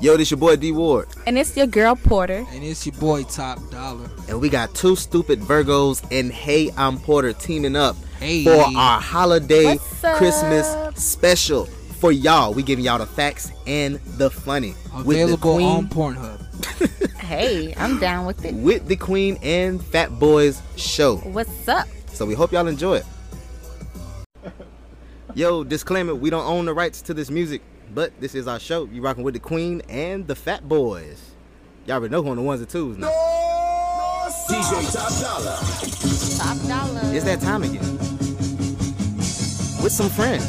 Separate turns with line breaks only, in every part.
Yo, this your boy D Ward.
And it's your girl Porter.
And it's your boy Top Dollar.
And we got two stupid Virgos and Hey I'm Porter teaming up
Hey.
for our holiday
What's up?
Christmas special. For y'all, we giving y'all the facts and the funny. with the
Available on
queen,
Pornhub.
Hey, I'm down with it.
with the queen and Fat Boys show.
What's up?
So we hope y'all enjoy it. Yo, disclaimer, we don't own the rights to this music, but this is our show. You rocking with the Queen and the Fat Boys. Y'all already know who on the ones and twos now.
DJ Top Dollar.
Top dollar.
It's that time again. With some friends.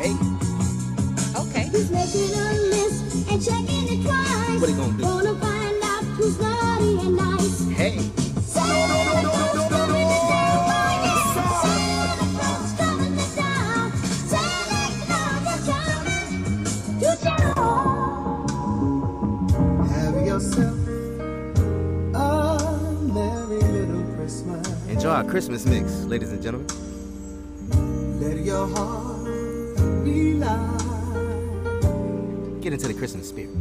Hey,
Okay.
He's making a list and checking it twice.
What he gonna do?
Wanna find out who's naughty and nice.
hey.
Have yourself a merry little Christmas.
Enjoy our Christmas mix, ladies and gentlemen.
Let your heart be light.
Get into the Christmas spirit.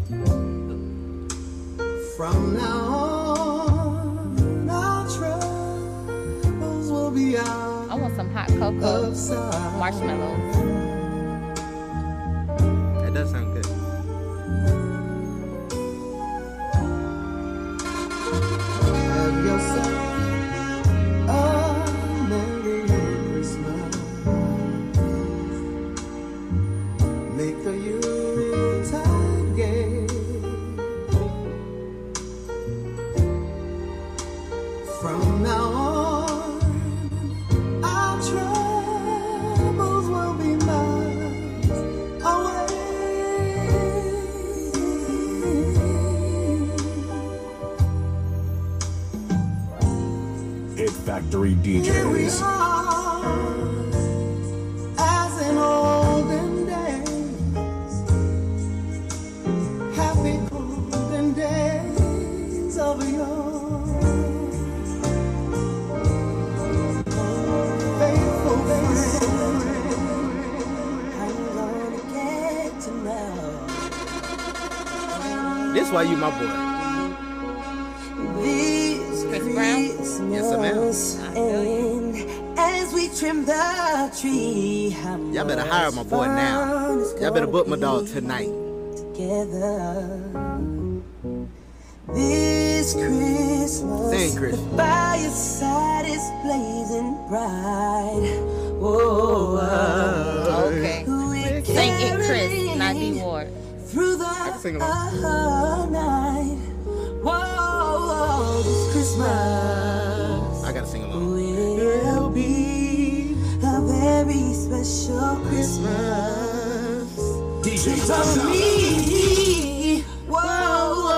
From now on, our troubles will be
I
out
want some hot cocoa,
of sight.
marshmallows.
That does sound good.
Have yourself a merry little Christmas. Make the Yuletide gay. From now on, our troubles will be miles away.
It Factory
Here we
DJs.
are, as in olden days, happy golden days of yore. Faithful friend, I'm gonna get to know
This why you my boy.
these
Chris Brown?
Yes,
Christmas and as we trim the tree, how
Y'all better hire my boy
much
now.
fun it's
Y'all better
gonna
book my dog
be
tonight.
Together. This Christmas,
Sing, Chris.
the fireside is blazing bright. Oh, Whoa,
Okay.
we're
Thank it, Chris, not
carrying
D Ward.
through the
can sing along.
uh, night. Whoa, this Christmas
I gotta sing along.
will be a very special Christmas
DJ
for me. Whoa, whoa,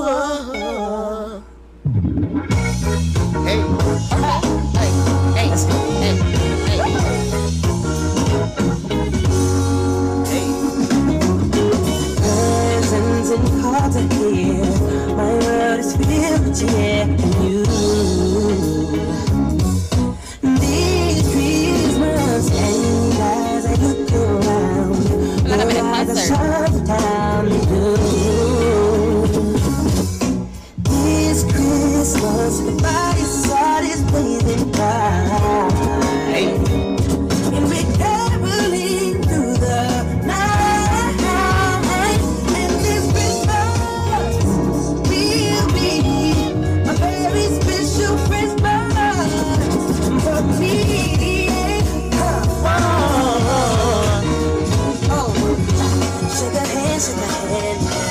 whoa, whoa.
Hey,
Hey, hey, hey.
hey.
Presents and cards are here. My world is filled with cheer and you. This Christmas, and as I look around,
Ooh, I'm in a
my eyes are
concert.
shut down and blue. This Christmas, the fireside is blazing bright.
Hey.
And we're caroling through the night. And this Christmas will be a very special Christmas for me. Oh, shake a hand, shake a hand now.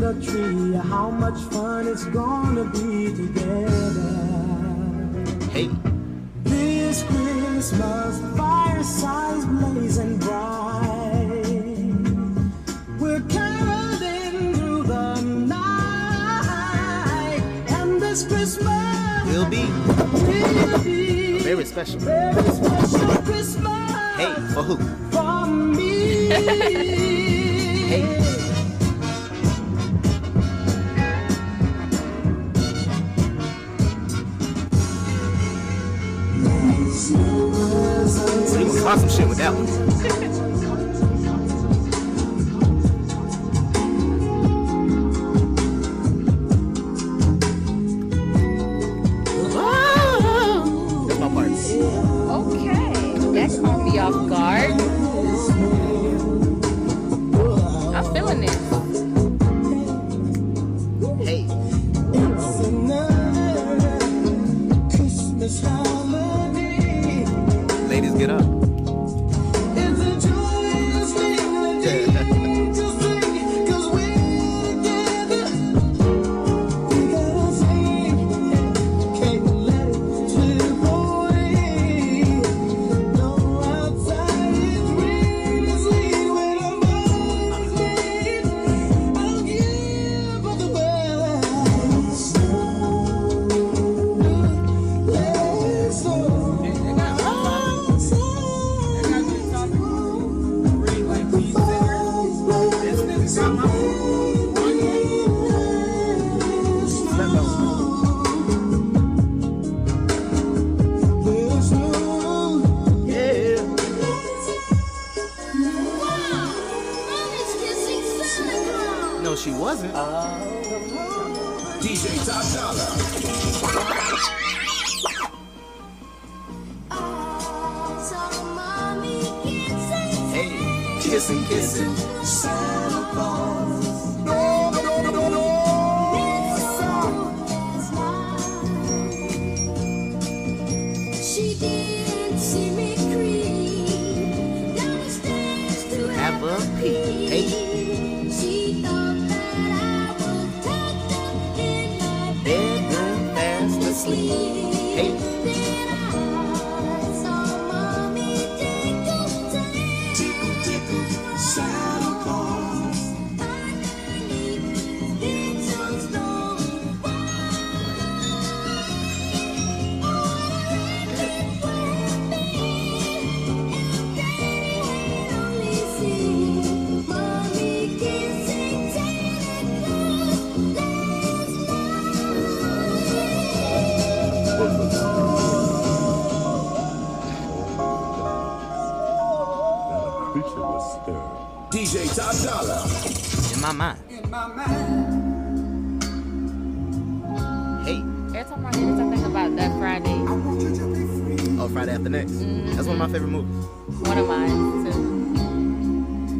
the tree, how much fun it's gonna be together.
Hey,
This Christmas, fireside's blazing bright. We're caroling through the night, and this Christmas
will be
will be
very special.
very special Christmas
Hey, for who?
for me.
So you gonna cause some shit with that one. That's my part.
Okay. That's gonna be off guard. I'm feeling it.
Hey,
Christmas harmony.
ladies, get up.
It's a joyous melody to sing, 'cause we're together. We gotta sing, can't let it slip away. Though outside it's raining, it's leaning when I'm lonely. I don't give up the world. Let's go.
No, she wasn't.
DJ Top Dollar.
Oh,
Hey, kissing, kissing.
She didn't see me creep down the stairs to
Have a peek. Hey,
She thought that I was tucked up in my bed
bedroom fast asleep. Hey.
DJ Top Dollar.
In my mind. Hey,
Every time I hear this, I think about that Friday.
oh, Friday after next. That's one of my favorite movies.
One of mine too.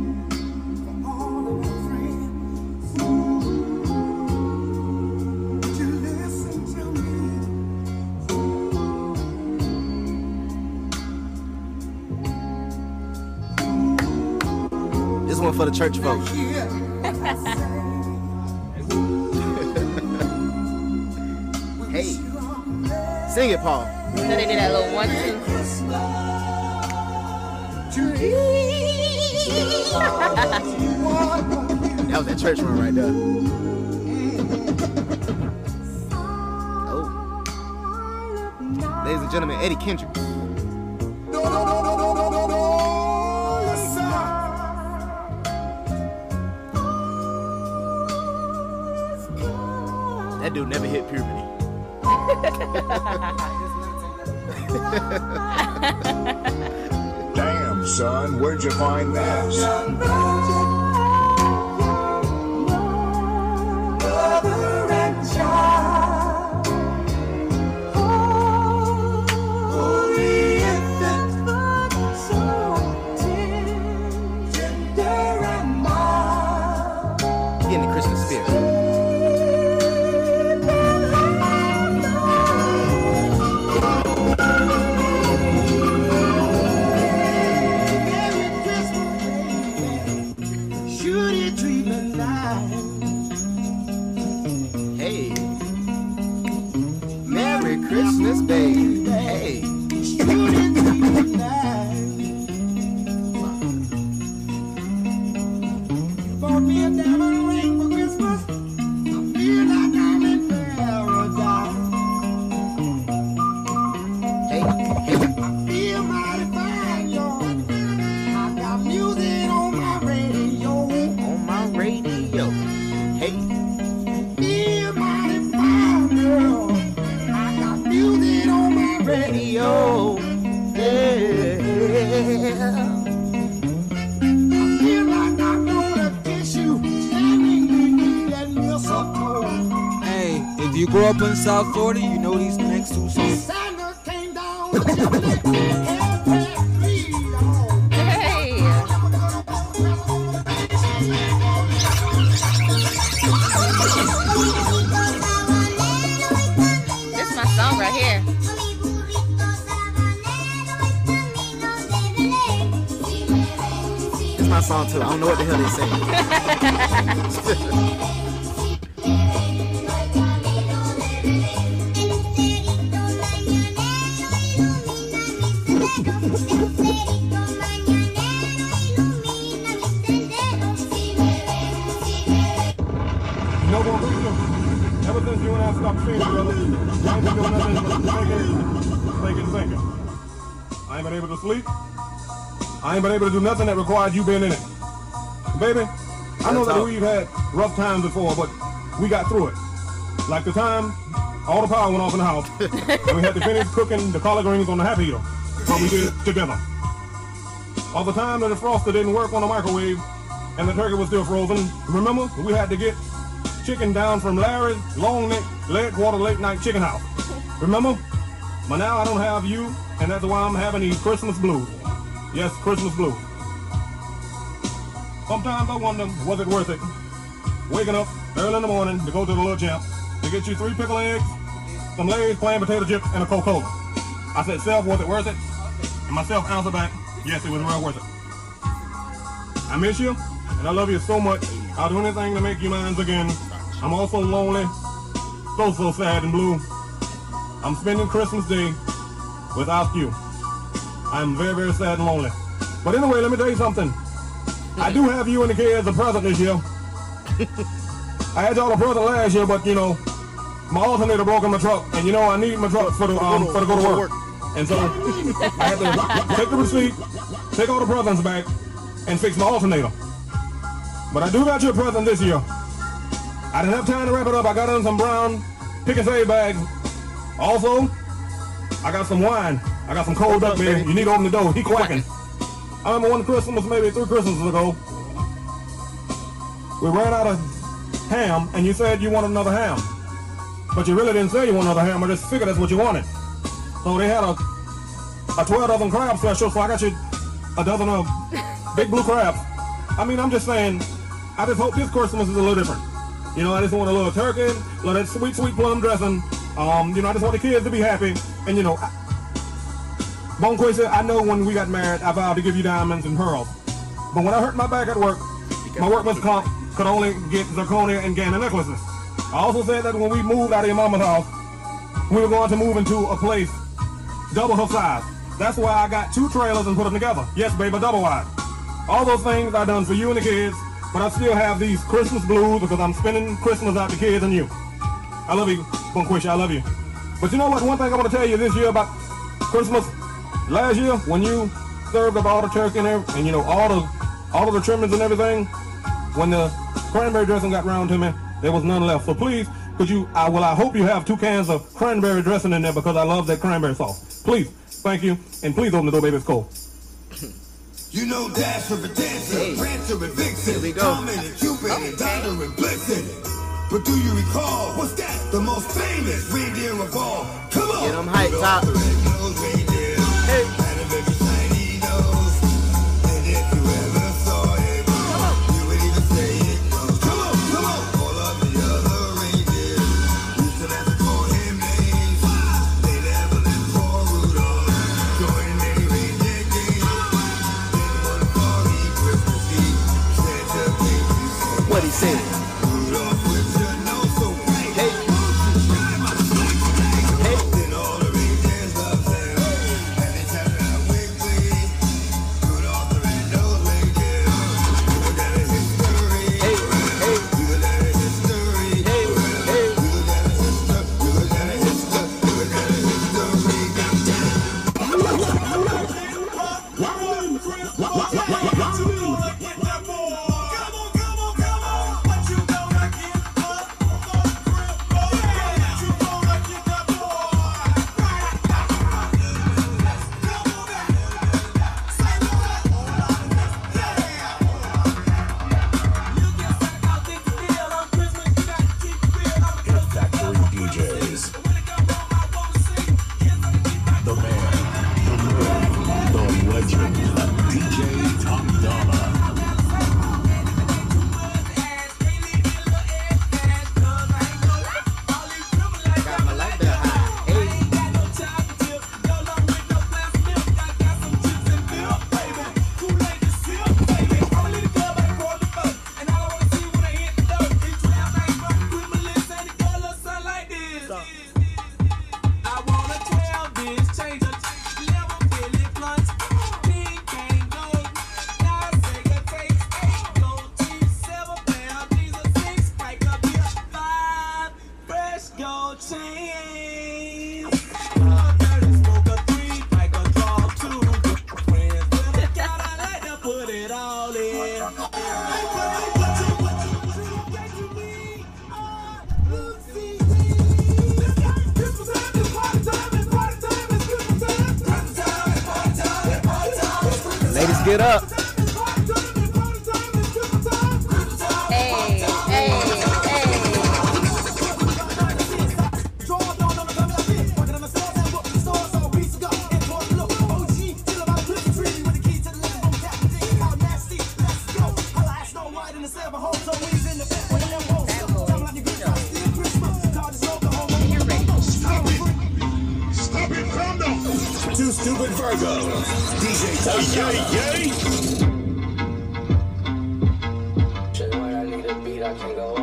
This one for the church folk. hey, sing it, Paul.
So they did that little one two.
That was that church one right there. oh. Ladies and gentlemen, Eddie Kendrick. That dude never hit puberty.
Damn, son, where'd you find that?
Get in the Christmas spirit. Hey. Merry Christmas, baby. Hey.
Bought me a diamond ring for Christmas. I feel like I'm in paradise.
Hey.
Feel mighty fine, y'all. I got music on my radio.
On my radio. Hey.
Feel mighty fine, girl. I got music on my radio.
Radio. Yeah.
Feel like I'm gonna kiss you, standing beneath that mistletoe.
Hey, if you grow up in South Florida, you know these next two songs.
Santa came down to collect and pass me on.
Hey. This is my song right here.
It's my song too. I don't know what the hell they saying.
No more freedom. Ever since you and I stopped seeing each other, I ain't been doing nothing but thinking, thinking, thinking. I ain't been able to sleep. I ain't been able to do nothing that required you being in it. Baby, I know
That's
that
all.
we've had rough times before, but we got through it. Like the time all the power went off in the house, and we had to finish cooking the collard greens on the Happy Eater, but we did it together. All the time that the froster didn't work on the microwave, and the turkey was still frozen. Remember, we had to get chicken down from Larry's Long Neck Leadwater Late Night Chicken House. Remember? But now I don't have you, and that's why I'm having these Christmas blues. Yes, Christmas blues. Sometimes I wonder, was it worth it? Waking up early in the morning to go to the little champ to get you three pickle eggs, some Lay's plain potato chips, and a Coca-Cola. I said, self, was it worth it? And myself answered back, yes, it was well worth it. I miss you, and I love you so much. I'll do anything to make you mine again. I'm also lonely, so, so sad and blue. I'm spending Christmas Day without you. I'm very, very sad and lonely. But anyway, let me tell you something. I do have you and the kids a present this year. I had y'all a present last year, but you know, my alternator broke in my truck, and you know I need my truck for the um, for to go to work. And so I had to take the receipt, take all the presents back, and fix my alternator. But I do got you a present this year. I didn't have time to wrap it up. I got in some brown pick and save bags. Also, I got some wine. I got some cold duck beer. You need to open the door. He quacking. I remember one Christmas, maybe three Christmases ago, we ran out of ham, and you said you wanted another ham. But you really didn't say you wanted another ham. I just figured that's what you wanted. So they had a a 12 dozen crab special, so I got you a dozen of big blue crabs. I mean, I'm just saying, I just hope this Christmas is a little different. You know, I just want a little turkey, a little that sweet, sweet plum dressing. Um, you know, I just want the kids to be happy. And, you know, I, Bonquay said, I know when we got married, I vowed to give you diamonds and pearls. But when I hurt my back at work, my workman's comp could only get zirconia and Gannon necklaces. I also said that when we moved out of your mama's house, we were going to move into a place double her size. That's why I got two trailers and put them together. Yes, baby, double wide. All those things I done for you and the kids, but I still have these Christmas blues because I'm spending Christmas out the kids and you. I love you, Bonquisha. I love you. But you know what? One thing I want to tell you this year about Christmas. Last year, when you served up all the turkey and, every, and you know all the all of the trimmings and everything, when the cranberry dressing got round to me, there was none left. So please, could you? I well, I hope you have two cans of cranberry dressing in there because I love that cranberry sauce. Please, thank you, and please open the door, baby. It's cold.
You know Dasher and Dancer, Prancer and
Here we
Vixen,
go.
Comet and Cupid and Donner and Blitzen. But do you recall, what's that? The most famous reindeer of all. Come on!
Get 'em hyped, Top.
The red-nosed reindeer had a very shiny nose. And if you ever saw him, you would even say it was- Come on, come on! All of the other reindeer used to have to call him names. They never let poor Rudolph join any reindeer games.
What he said.
Hey.
Get up.
Hey, hey, hey.
Stop it from the Two Stupid Virgos. DJ Yay, yay.
Tell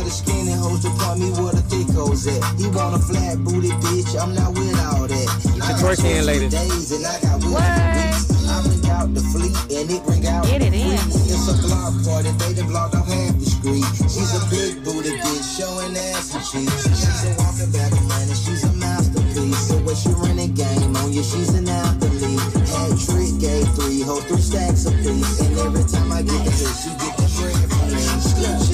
the skinny hoes to call me where the thick hoes at. You want a flat booty bitch? I'm not with all that. I got
twerk
23
in, ladies.
Days and I got
What?
what? I bring out the fleet and it bring out.
Get it
the
in.
freak. It's a block party. They done blocked off half the street. She's a big booty bitch showing ass and cheeks. She's a walking bag of money. She's a masterpiece. So when she running game on you, she's an athlete. Hat trick gave three, hold three stacks of piece. And every time I get the hit, she get the bread from me.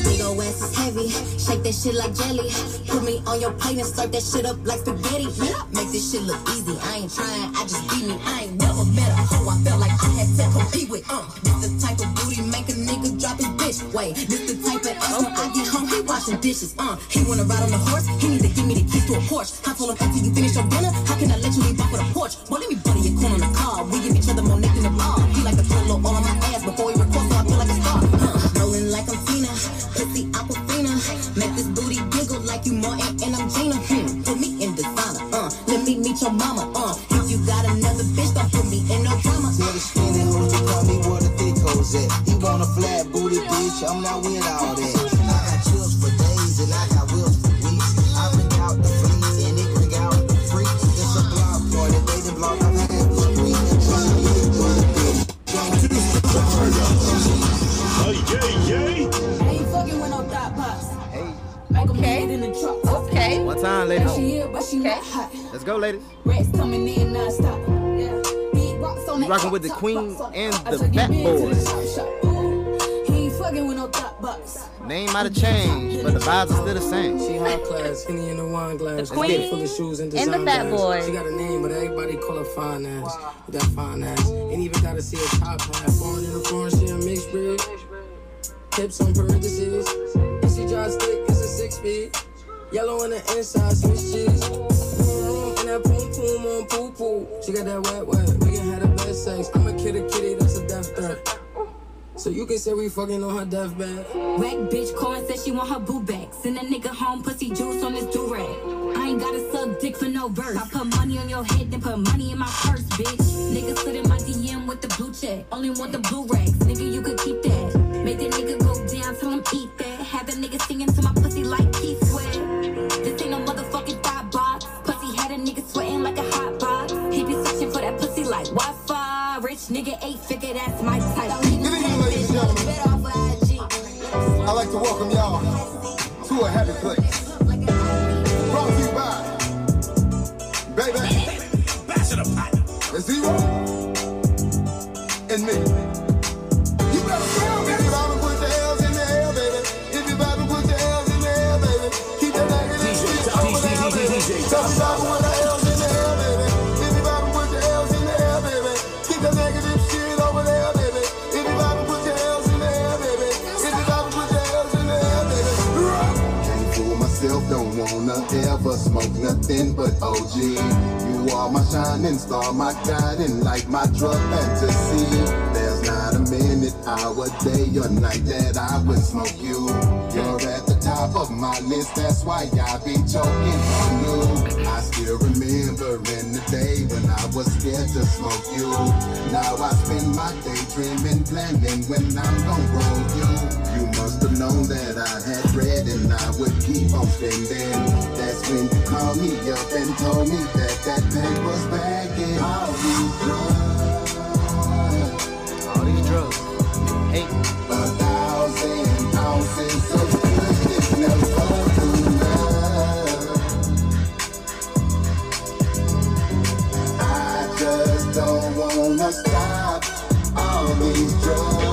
Big ol' ass is heavy. Shake that shit like jelly. Put me on your plate and serve that shit up like spaghetti. Make this shit look easy. I ain't trying. I just be me. I ain't never met a hoe I felt like I had to compete with. Um, this the type of booty make a nigga drop his bitch. Wait, this the type of ass when I get home, he washing dishes. Uh, he wanna ride on the horse. He need to give me the keys to a Porsche. I told him after you finish your dinner, how can I let you leave off with a porch? Well, let me buddy your corn on the car. We give each other more neck than the ball. He like to put a little all on my ass before he records, so I feel like a star. Huh, rolling like I'm Cena, pussy Aquafina. Make this booty giggle like you Martin and I'm Gina. Hmm, put me in designer. Uh, let me meet your mama. Uh, if you got another bitch, don't put me in no drama.
Tell the skinny hoes to call me where the thick hoes at. He want a flat booty bitch, I'm not with all that. I got chills for days and I got wills for weeks. I bring out the fleas and it bring out the freak. It's a block party, they done block I'm happy street. Trying to be a good bitch.
Ain't fucking with no dot box.
Okay.
In the truck.
Okay.
One time, ladies.
She here, but she not
Okay.
hot.
Let's go, ladies.
Rats coming in non-stop. Yeah. Big rocks on
You rocking with the queen and the Fat Boys.
He ain't fucking with no dot box.
Name might have changed, but the vibes are still the same.
She high class, skinny in the wine glass.
The
She got
queen
full of shoes and
and the
design
fat
bags.
boy.
She got a name, but everybody call her fine ass. With That fine ass. Ain't even gotta see a top half. Born in the foreign, she a mixed breed. Hips on parentheses. And she drives thick, it's a six feet. Yellow on the inside, Swiss cheese. Mm, And that poom poom on poo poo. She got that wet wet. We can have the best sex. I'm a kid, a kitty, that's a death threat. So you can say we fucking on her deathbed.
Whack bitch Cora says she want her boo back. Send a nigga home, pussy juice on his durag. I ain't gotta suck dick for no verse. I put money on your head, then put money in my purse, bitch. Nigga slid in my DM with the blue check. Only want the blue racks, nigga, you could keep that. Make that nigga go down, tell him eat that. Have a nigga singing to my pussy like Keith Sweat. This ain't no motherfucking thigh box. Pussy had a nigga sweating like a hot box. He be searching for that pussy like Wi-Fi. Rich nigga eight figure, that's my type.
Good evening, ladies and gentlemen. I'd like to welcome y'all to a happy place. Brought to you by Baby, Zero, and me. You better feel me. If you about to put the L's in the air, baby. If you about to put the L's in the air, baby. Keep that nigga in the streets over there, baby. Tell me about to put the L's in the air, baby. If you about to put the L's in the air, baby. Keep that negative shit over there, baby. If you about to put the L's in the air, baby. If you about to put the L's in the air, baby. Can't fool myself, don't wanna ever smoke nothing but OG. You are my shining star, my guiding light, my drug fantasy. There's not a minute, hour, day, or night that I would smoke you. You're at the top of my list, that's why I be choking on you. I still remember in the day when I was scared to smoke you. Now I spend my day dreaming, planning when I'm gonna roll you. You must have known that I had bread and I would keep on spending. That's when you called me up and told me that that paper's back in all these drugs.
All these drugs. Hey,
A thousand ounces of good is never enough. I just don't wanna stop all these drugs.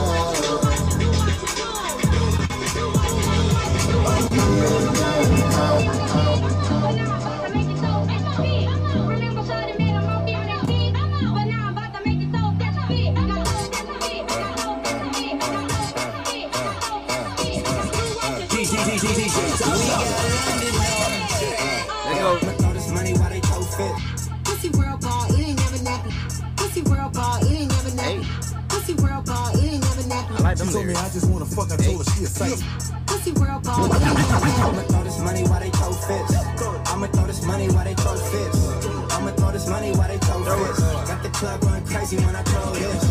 Remember, so the middle, I'm feeling that beat. I'm out, but now I'm about to make it so that's a beat. I got
Pussy world ball, it ain't never nappy. Pussy world ball, it ain't never nappy. Pussy world ball, it ain't never nappy.
like them
She told me
lyrics.
I just wanna fuck. I told her she a sight.
Pussy world ball, it ain't never
I'ma throw this money while they throw fits. I'ma throw this money while they throw fits. I'ma throw this money while they throw fits. Got the club going crazy when I throw this.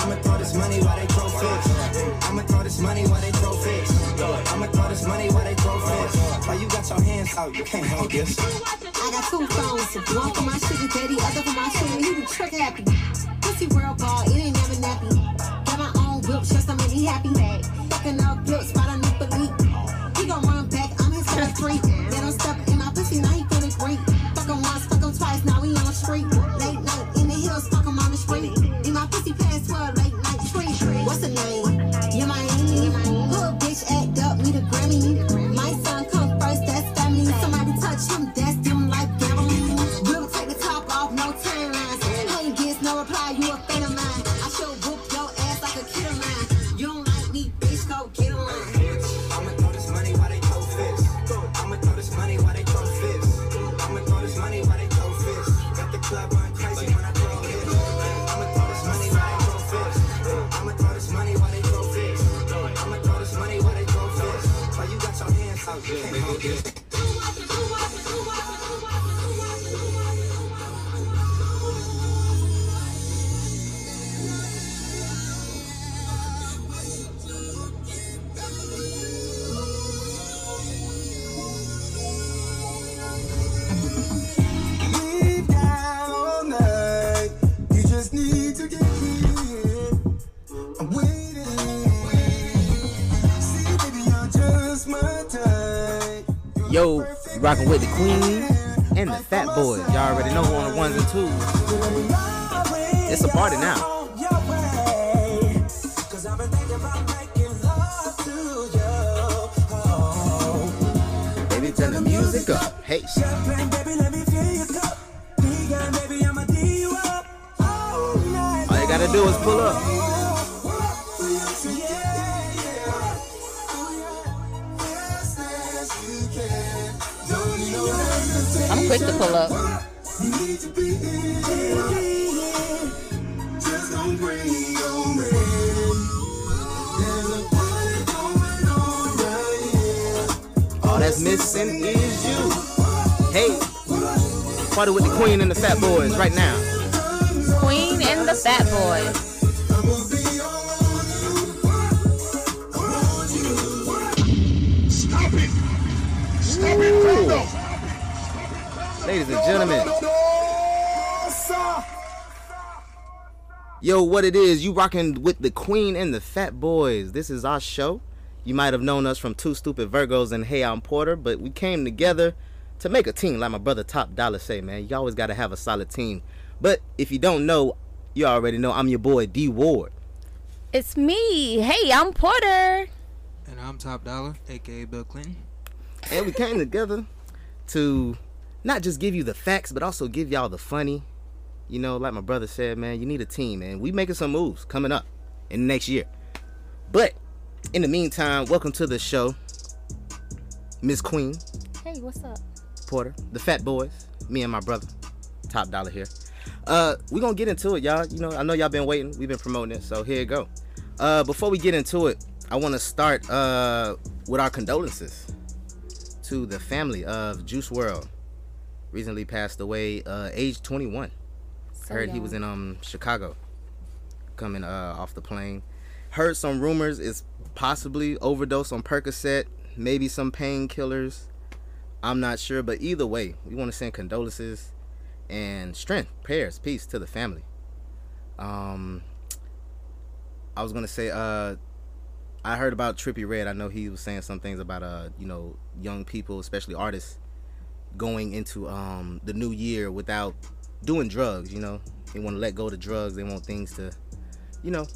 I'ma throw this money while they throw fits. I'ma throw this money while they throw fits. I'ma throw this money while they throw fits. Why you got your hands out? You can't hold this.
I got two phones, one for my sugar daddy, other for my sugar. He be trick happy. Pussy world ball, it ain't never nappy. Got my own whip, trust I'm really happy. Fucking up blips, spot a new belief. He gon' run back, I'm his kind of free. Let him step in my pussy, now he feeling great. Fuck him once, fuck him twice, now we on the street. Late night in the hills, fuck him on the street. In my pussy past 12, late night tree. What's the name? You my Hood bitch, act up, need a Grammy. My son come first, that's family. Somebody touch him, that's them like gambling. We'll take the top off, no turn lines. Ain't gets no reply, you a fan of mine. I should whoop your ass like a kid of mine. You don't like me, bitch, go get a line.
I'ma throw this money while they throw fits. I'ma throw this money while they throw fits. I'ma throw this money while they throw fits. Got the club going crazy when I throw hits. I'ma throw this money while they throw fits. I'ma throw this money while they throw fits. I'ma throw this money while they throw fits. Why you got your hands out? You can't hold this.
Leave down all night. You just need to get here. I'm waiting. See, baby, you're just my type.
Yo, you rocking with the Queen and the Fat Boys. Y'all already know who on the ones and twos. It's a party now. Baby, turn the music up. Hey, all you gotta do is pull up.
I'm quick to pull up.
All that's missing is you. Hey, party with the Queen and the Fat Boys right now.
Queen and the Fat Boy.
Stop it! Stop it, Brando!
Ladies and gentlemen. Yo, what it is, you rocking with the Queen and the Fat Boys. This is our show. You might have known us from Two Stupid Virgos and Hey I'm Porter, but we came together to make a team, like my brother Top Dollar say, man. You always gotta have a solid team. But if you don't know, you already know I'm your boy D Ward.
It's me. Hey, I'm Porter.
And I'm Top Dollar, aka Bill Clinton.
and we came together to not just give you the facts, but also give y'all the funny. You know, like my brother said, man, you need a team, man. We making some moves coming up in the next year. But in the meantime, welcome to the show, Miss Queen
Hey, what's up?
Porter, the Fat Boys, me and my brother, Top Dollar here. Uh, we gonna get into it, y'all. You know, I know y'all been waiting. We've been promoting it, so here you go. Uh, before we get into it, I want to start uh with our condolences to the family of Juice World. Recently passed away, uh, age 21.
So
Heard he was in um Chicago, coming uh off the plane. Heard some rumors it's possibly overdose on Percocet, maybe some painkillers. I'm not sure, but either way, we want to send condolences and strength, prayers, peace to the family. Um, I was gonna say, uh, I heard about Trippy Red. I know he was saying some things about, uh, you know, young people, especially artists, going into um the new year without doing drugs. You know, they want to let go of the drugs. They want things to, you know,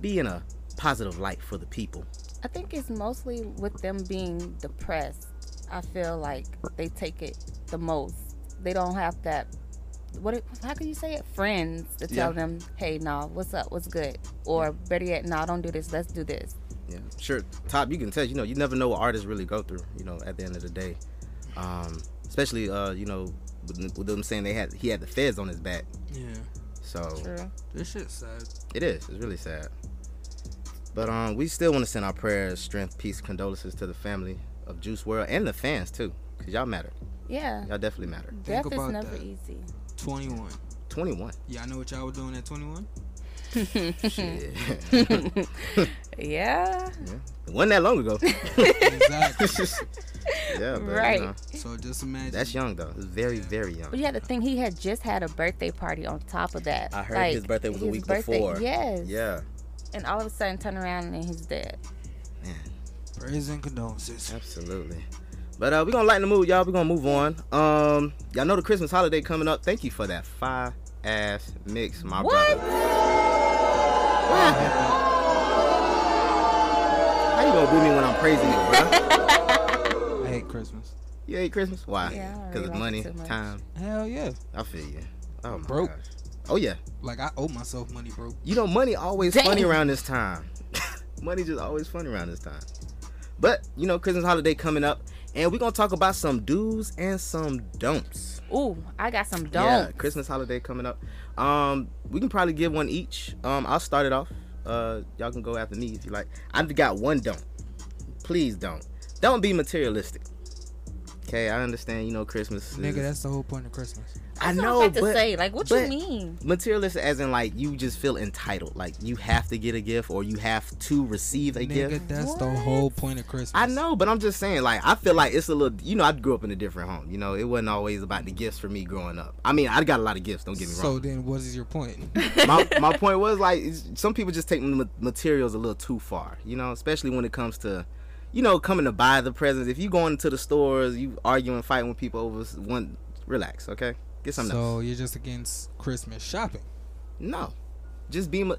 be in a positive light for the people.
I think it's mostly with them being depressed. I feel like they take it the most. They don't have that. What? it- How can you say it? Friends to tell
Yeah.
them, "Hey, nah, what's up? What's good?" Or better yet, "Nah, don't do this. Let's do this."
Yeah, sure. Top, you can test. You know, you never know what artists really go through. You know, at the end of the day, um, especially uh, you know, with, with them saying they had he had the feds on his back.
Yeah.
So
This shit's sad.
it is. It's really sad. But um, we still want to send our prayers, strength, peace, condolences to the family of Juice World and the fans too, cause y'all matter.
Yeah.
Y'all definitely matter.
Death is never easy.
21.
21.
Yeah, I know what y'all were doing at 21.
yeah.
It wasn't that long ago.
exactly.
yeah, but, you
Right.
know,
So just imagine.
that's young though. It's very, very young.
But you had to think he had just had a birthday party on top of that.
I heard
Like,
his birthday was a
his
week
birthday-
before.
Yes.
Yeah.
And all of a sudden turn around and he's dead.
Praise and condolences.
Absolutely. But uh, we're gonna lighten the mood, y'all. We're gonna move on. Um, y'all know the Christmas holiday coming up. Thank you for that fire ass mix, my
What?
brother. How you gonna boo me when I'm praising you, bro?
I hate Christmas.
you hate Christmas? Why?
Yeah, I don't
Because
really like
of
it
money,
too much.
time.
Hell yeah.
I feel you. Oh my
Broke.
gosh. Oh yeah.
Like I owe myself money, bro.
You know, money always
Dang.
funny around this time. money just always funny around this time. But you know, Christmas holiday coming up, and we're gonna talk about some do's and some don'ts.
Ooh, I got some
Yeah,
don't.
Christmas holiday coming up. Um, we can probably give one each. Um, I'll start it off. Uh, y'all can go after me if you like. I've got one don't. Please don't. Don't be materialistic. Okay, I understand. You know, Christmas. Is,
Nigga, that's the whole point of Christmas.
I
That's what
know,
was about to
but
say. Like, what
but-
you mean?
materialistic as in like you just feel entitled. Like you have to get a gift or you have to receive a
Nigga,
gift.
that's the
What?
whole point of Christmas.
I know, but I'm just saying, like, I feel like it's a little, you know, I grew up in a different home. You know, it wasn't always about the gifts for me growing up. I mean, I got a lot of gifts, don't get me wrong.
So then, what is your point?
my, my point was like it's- some people just take ma- materials a little too far you know especially when it comes to you know coming to buy the presents if you going to the stores you arguing fighting with people over s- one relax okay get something
so
else
you're just against Christmas shopping.
no just be ma-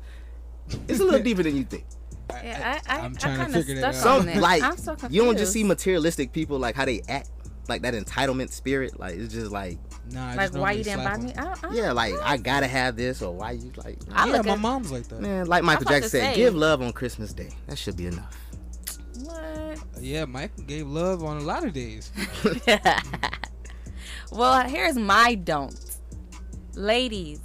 it's a little deeper than you think
Yeah, I, I,
I'm
I
trying to
kinda
figure that
stuck
out.
on
some
that.
like
I'm so
you don't just see
confused.
materialistic people like how they act like that entitlement spirit like it's just like
Nah, I
like
just
why
normally
you didn't
slap
buy
him.
me. I don't, I don't-
yeah like i gotta have this or why you like
I
yeah,
look
my
at-
mom's like that.
man like michael
about
jackson
to
said
say.
give love on christmas day that should be enough
What?
Yeah, Mike gave love on a lot of days.
well, here's my don't. Ladies,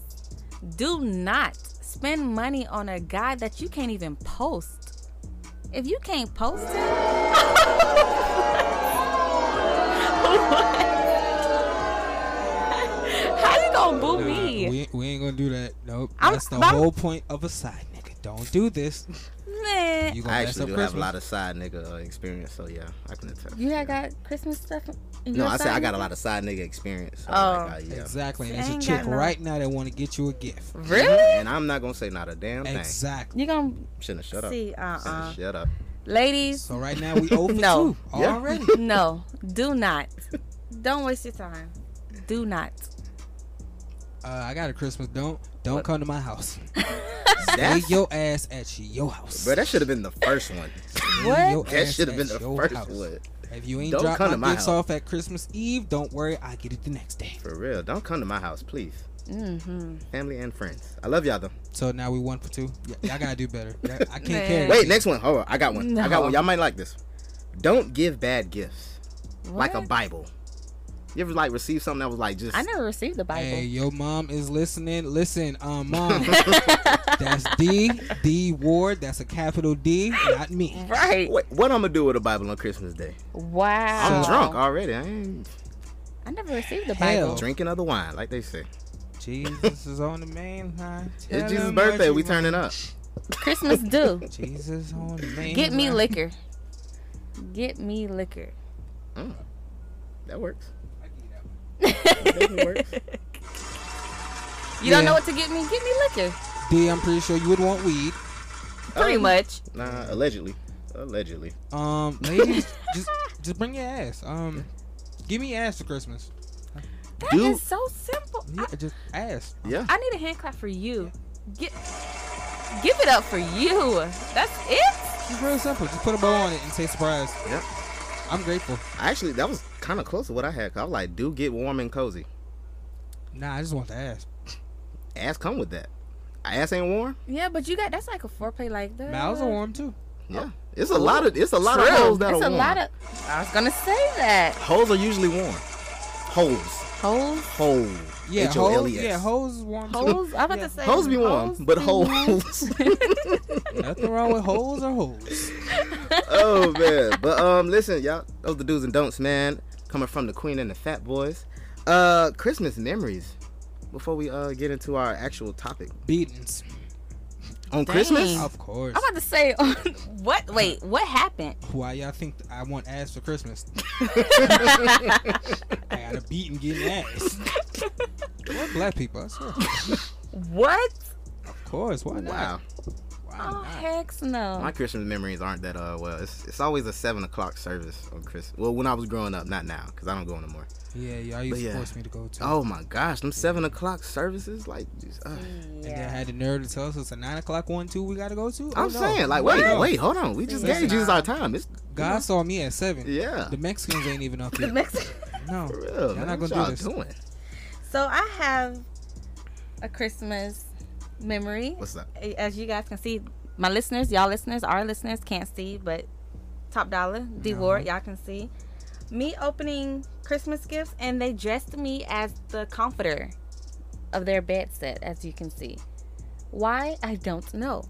do not spend money on a guy that you can't even post. If you can't post it, how you gonna boo
Nah,
me?
we, we ain't gonna do that. Nope.
I'm-
that's the
but I'm-
whole point of a side, nigga. Don't do this.
Man,
You gonna
I
mess
actually
up
do
Christmas.
have a lot of side nigga uh, experience, so yeah, I can attest.
you had got Christmas stuff. in
no,
your
I said I
side?
got a lot of side nigga experience. So
Oh.
like, I- yeah.
Exactly. And
I
there's a
ain't
chick
got none.
right now that want to get you a gift.
Really?
Mm-hmm, And I'm not gonna say not a damn thing.
Exactly.
You gonna
Shouldn't have shut up.
see? Uh uh
Shouldn't have shut up.
Ladies,
So right now we open
No.
two
Yeah.
already.
no, do not. Don't waste your time. Do not.
Uh, I got a Christmas. Don't don't come to my house. Stay
That's,
your ass at your house.
bro, that should have been the first one.
Stay
What?
your
That
ass
should have been
at
the
your
first
house.
one.
If you ain't
Don't
drop
come
my,
to my
gifts
house.
off at Christmas Eve, don't worry, I get it the next day.
For real, don't come to my house, please.
Mm-hmm.
Family and friends. I love y'all though.
So now we one for two. Yeah, y'all gotta do better. Y'all- I can't
Man.
carry.
Wait,
this.
next one. Hold on, I got one. I got one.
No.
Y'all might like this. Don't give bad gifts, like a Bible. You ever like receive something that was like just?
I never received the Bible.
Hey, your mom is listening. Listen, um, mom, that's D D Ward. That's a capital D, not me.
Right.
Wait, what I'm gonna do with a Bible on Christmas Day?
Wow.
I'm drunk already. I ain't
I never received the
Hell.
Bible.
drinking other wine, like they say.
Jesus is on the main line. Tell
It's Jesus'
him what
birthday.
you
We
want.
turning up.
Christmas do.
Jesus on the main.
Get me
line.
liquor. Get me liquor.
That works.
You don't
Yeah.
know what to get me? Get me liquor.
D, I'm pretty sure you would want weed.
Pretty much.
Nah, allegedly. Allegedly.
Um, ladies, just just bring your ass. Um, give me ass for Christmas.
That is
Do-
so simple.
Yeah, just ass.
Yeah.
I, I need a hand clap for you. Get, give it up for you. That's it.
It's real simple. Just put a bow on it and say surprise.
Yep.
I'm grateful.
Actually, that was kind of close to what I had. 'cause I was like, do get warm and cozy.
Nah, I just want the ass.
Ass come with that. Ass ain't warm?
Yeah, but you got that's like a foreplay like that.
Mouths are warm too.
Yeah. Oh. It's a lot of it's a lot
True.
of holes that
It's
are
a
worn.
lot of. I was gonna say that.
holes are usually worn. Holes.
Holes.
Hole.
Yeah,
H O L
holes.
E S.
Yeah, holes warm. too.
Holes. I'm about to say.
Holes be warm, but
be
holes.
Nothing wrong with holes or holes.
oh man. But um listen, y'all, those the do's and don'ts, man. Coming from the Queen and the Fat Boys. Uh Christmas memories. Before we uh get into our actual topic.
Beatings,
On Christmas?
Dang.
of course.
I'm about to say. what? Wait. What happened?
Why y'all think I want ass for Christmas? I got a beating getting ass. We're black people. I swear.
What?
Of course. Why not?
Wow.
Why
Oh
not?
heck no.
My Christmas memories aren't that uh well. It's, it's always a seven o'clock service on Christmas. Well, when I was growing up, not now, cause I don't go anymore.
Yeah, y'all used
But
to
yeah.
force me to go to.
Oh my gosh, them seven o'clock services, like, just, uh,
And then I had the nerve to tell us it's a nine o'clock one too. We gotta go to. Oh,
I'm
no.
saying, like,
No,
wait,
no.
wait, hold on, we just
Listen,
gave Jesus our time. It's
God saw me at seven.
yeah,
The Mexicans ain't even up
The
yet.
next-
No,
for real.
y'all
man.
not
what
gonna do
y'all
this.
doing?
so I have a Christmas memory.
What's up?
As you guys can see, my listeners, y'all listeners, our listeners can't see, but top dollar, D Ward, y'all can see me opening Christmas gifts, and they dressed me as the comforter of their bed set, as you can see. Why I don't know.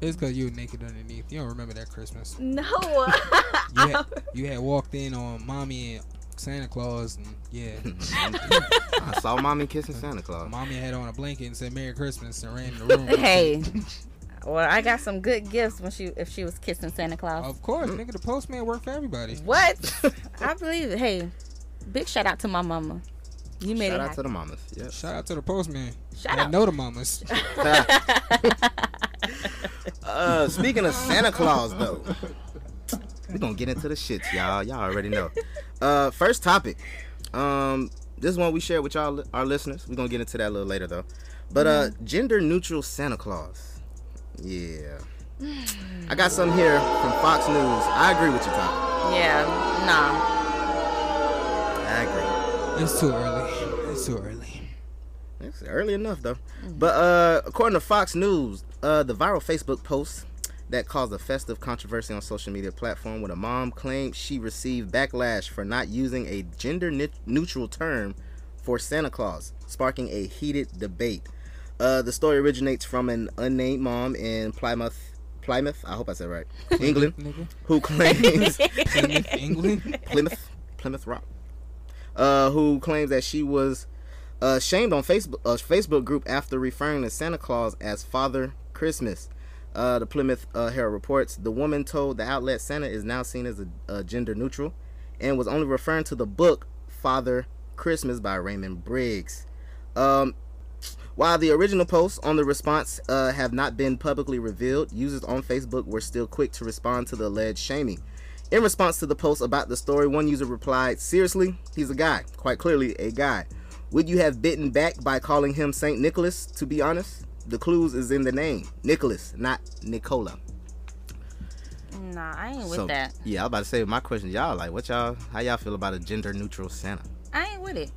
It's because you were naked underneath. You don't remember that Christmas.
No,
You had, you had walked in on mommy and Santa Claus, and yeah,
I saw mommy kissing Santa Claus.
mommy had on a blanket and said "Merry Christmas" and ran in the room.
hey. Well, I got some good gifts when she if she was kissing Santa Claus.
Of course, nigga, the postman worked for everybody.
Mm-hmm. What? I believe it. Hey, big shout out to my mama. You made
Shout
it.
out to
happen.
the mamas. Yep.
Shout out to the postman.
Shout
I
out.
know the mamas.
Uh, speaking of Santa Claus, though, we're gonna get into the shits, y'all. Y'all already know. Uh, first topic. Um, this is one we shared with y'all, our listeners. We're gonna get into that a little later, though. But uh, gender neutral Santa Claus. Yeah. I got some here from Fox News. I agree with you, Tom.
yeah. Nah.
I agree.
It's too early. It's too early.
It's early enough though. But uh, according to Fox News, uh, the viral Facebook post that caused a festive controversy on social media platform when a mom claimed she received backlash for not using a gender neu- neutral term for Santa Claus, sparking a heated debate. Uh, the story originates from an unnamed mom in Plymouth, Plymouth, I hope I said right, England,
Nigga.
who claims
Plymouth, England.
Plymouth, Plymouth Rock, uh, who claims that she was uh, shamed on Facebook a Facebook group after referring to Santa Claus as Father Christmas. Uh, the Plymouth uh, Herald reports the woman told the outlet Santa is now seen as a, a gender neutral, and was only referring to the book Father Christmas by Raymond Briggs. Um, while the original posts on the response uh, have not been publicly revealed, users on Facebook were still quick to respond to the alleged shaming. In response to the post about the story, one user replied, Seriously, he's a guy, quite clearly a guy. Would you have bitten back by calling him St. Nicholas, to be honest? The clues is in the name Nicholas, not Nicola.
Nah. I ain't with that.
yeah, I was about to say my question, y'all like, what y'all, how y'all feel about a gender neutral Santa?
I ain't with it.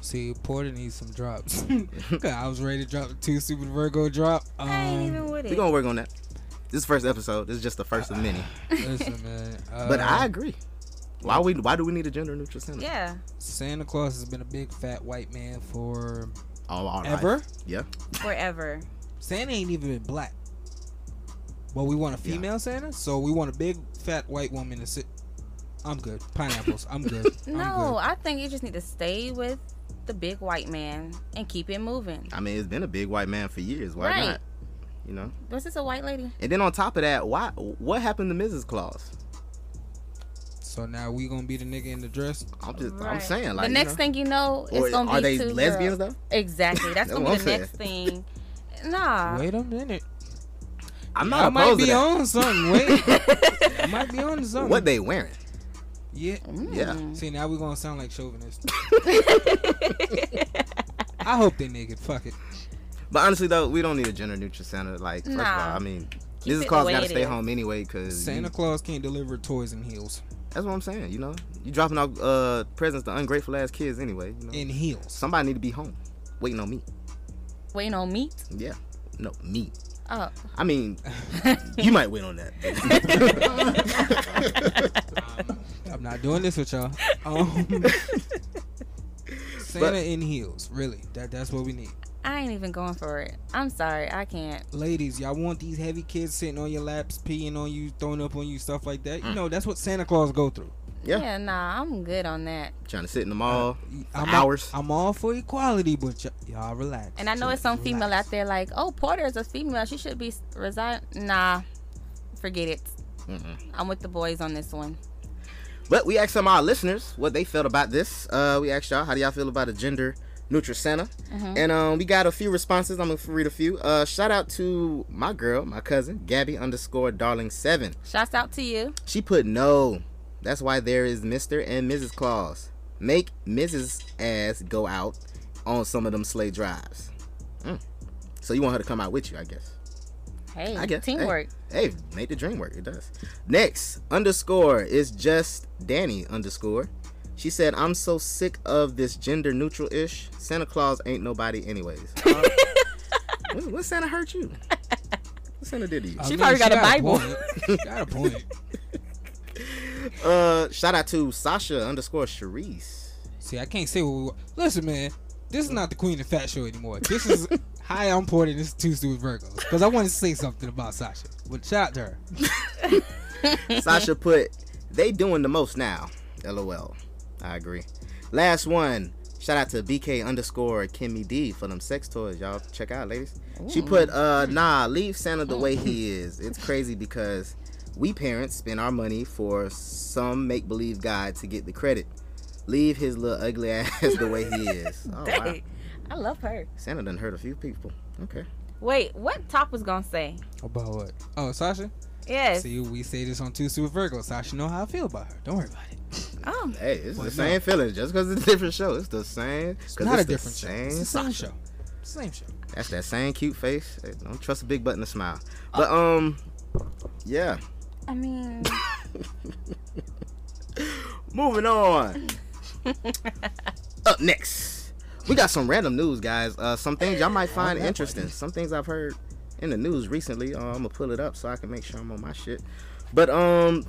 See, Porter needs some drops. 'Cause I was ready to drop the two super Virgo drop. Um,
I ain't even with
We're
it.
gonna work on that. This is the first episode. This is just the first of many.
listen, man. Uh,
But I agree. Why we? Why do we need a gender neutral Santa?
Yeah.
Santa Claus has been a big fat white man for
All our life.
ever.
Yeah.
Forever.
Santa ain't even been black. But we want a
Yeah.
female Santa, so we want a big fat white woman to sit. I'm good. Pineapples. I'm good.
No. I think you just need to stay with the big white man and keep it moving.
I mean, it's been a big white man for years. Why
Right.
not? You know.
Was this a white lady?
And then on top of that, why? What happened to Mrs. Claus?
I'm good. So now we gonna be the nigga in the dress.
I'm just. I'm
Right.
saying like.
the
you
next
know.
thing you know, it's
Or
gonna
are
be
they
two
lesbians
girls.
though?
Exactly. That's
That's
gonna
what I'm
be the next thing. Nah.
Wait a minute.
I'm
I
not
might
opposed to
be
that.
on something. Wait. I might be on something.
What they wearing?
Yeah.
Hmm.
Yeah.
See, now we gonna sound like chauvinists. I hope they naked. Fuck it.
But honestly though, we don't need a gender neutral Santa. Like first of all,
Nah.
I mean,
Keep it
Mrs.
the
Claus
way
gotta
it
stay
is.
home anyway because
Santa Claus can't deliver toys and heels.
That's what I'm saying. You know, you dropping off uh, presents to ungrateful ass kids anyway. You know,
In heels.
somebody need to be home waiting on me.
Waiting on meat.
Yeah, no me.
Oh.
I mean, you might win on that.
I'm not doing this with y'all. Um, Santa in heels, really. That that's what we need.
I ain't even going for it. I'm sorry, I can't.
Ladies, y'all want these heavy kids sitting on your laps, peeing on you, throwing up on you, stuff like that.
Mm.
You know, that's what Santa Claus go through.
Yeah. nah, I'm good on that.
Trying to sit in the mall for
I'm all-
hours.
I'm all for equality, but y'all, y'all relax.
And I know it's some female out there like, oh, Porter is a female. She should be resigned. Nah, forget it.
Mm-mm.
I'm with the boys on this one.
But we asked some of our listeners what they felt about this. Uh, we asked y'all, how do y'all feel about a gender neutral Santa?
Mhm.
And um, we got a few responses. I'm going to read a few. Uh, shout out to my girl, my cousin, Gabby underscore darling seven.
Shouts out to you.
She put no. That's why there is Mr. and Mrs. Claus. Make Mrs. ass go out on some of them sleigh drives. Mm. So you want her to come out with you, I guess.
Hey,
I guess. Hey,
teamwork.
Hey, make the dream work. It does. Next, underscore is just Danny underscore. She said, I'm so sick of this gender neutral ish. Santa Claus ain't nobody, anyways. Uh, when, when Santa hurt you? What Santa did to you?
I mean, she point. She got a point.
Uh, shout out to Sasha underscore Sharice.
See, I can't say what we want. Listen, man, this is not the Queen of Fat Show anymore. This is Hi, I'm Porter. This is Tuesday with Virgos. Because I want to say something about Sasha. But shout out to her.
Sasha put, they doing the most now. LOL. I agree. Last one. Shout out to BK underscore Kimmy D for them sex toys. Y'all check out, ladies. She
Ooh.
put, uh, nah, leave Santa the way he is. It's crazy because we parents spend our money for some make believe guy to get the credit. Leave his little ugly ass the way he is. Oh, wow.
Dang, I love her.
Santa done hurt a few people. Okay.
Wait, what Top was gonna say?
About what? Oh, Sasha?
Yes.
See, we say this on Tuesday with Virgos. Sasha know how I feel about her. Don't worry about it.
Oh.
Hey, it's
Well,
the
no.
same feeling. Just because it's a different show, it's the same. 'cause
not
it's
a different show. It's the same
Sasha.
show. Same show.
That's that same cute face. Hey, Don't trust a big button to smile. But um, yeah.
I mean,
Moving on. Up next, we got some random news, guys. Uh, some things y'all might find
that
interesting. Some things I've heard in the news recently. Uh, I'm gonna pull it up so I can make sure I'm on my shit. But um,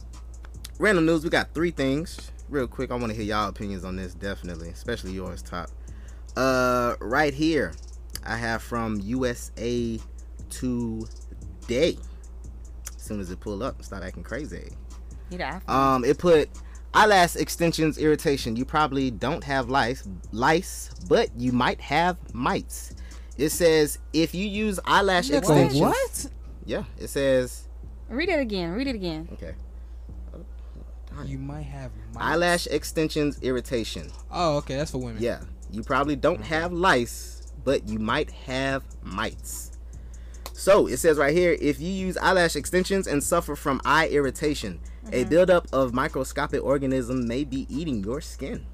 random news. We got three things real quick. I want to hear y'all opinions on this, definitely, especially yours, top. Uh, right here, I have from USA Today. As soon as it pull up, stop acting crazy.
you know,
Um, it put eyelash extensions irritation. You probably don't have lice, lice, but you might have mites. It says if you use eyelash
Nigga,
extensions.
what?
Yeah, it says
read it again. Read it again.
okay.
You might have.
Eyelash extensions irritation.
Oh, okay. That's for women.
Yeah, you probably don't have lice, but you might have mites. So it says right here if you use eyelash extensions and suffer from eye irritation, a buildup of microscopic organism may be eating your skin.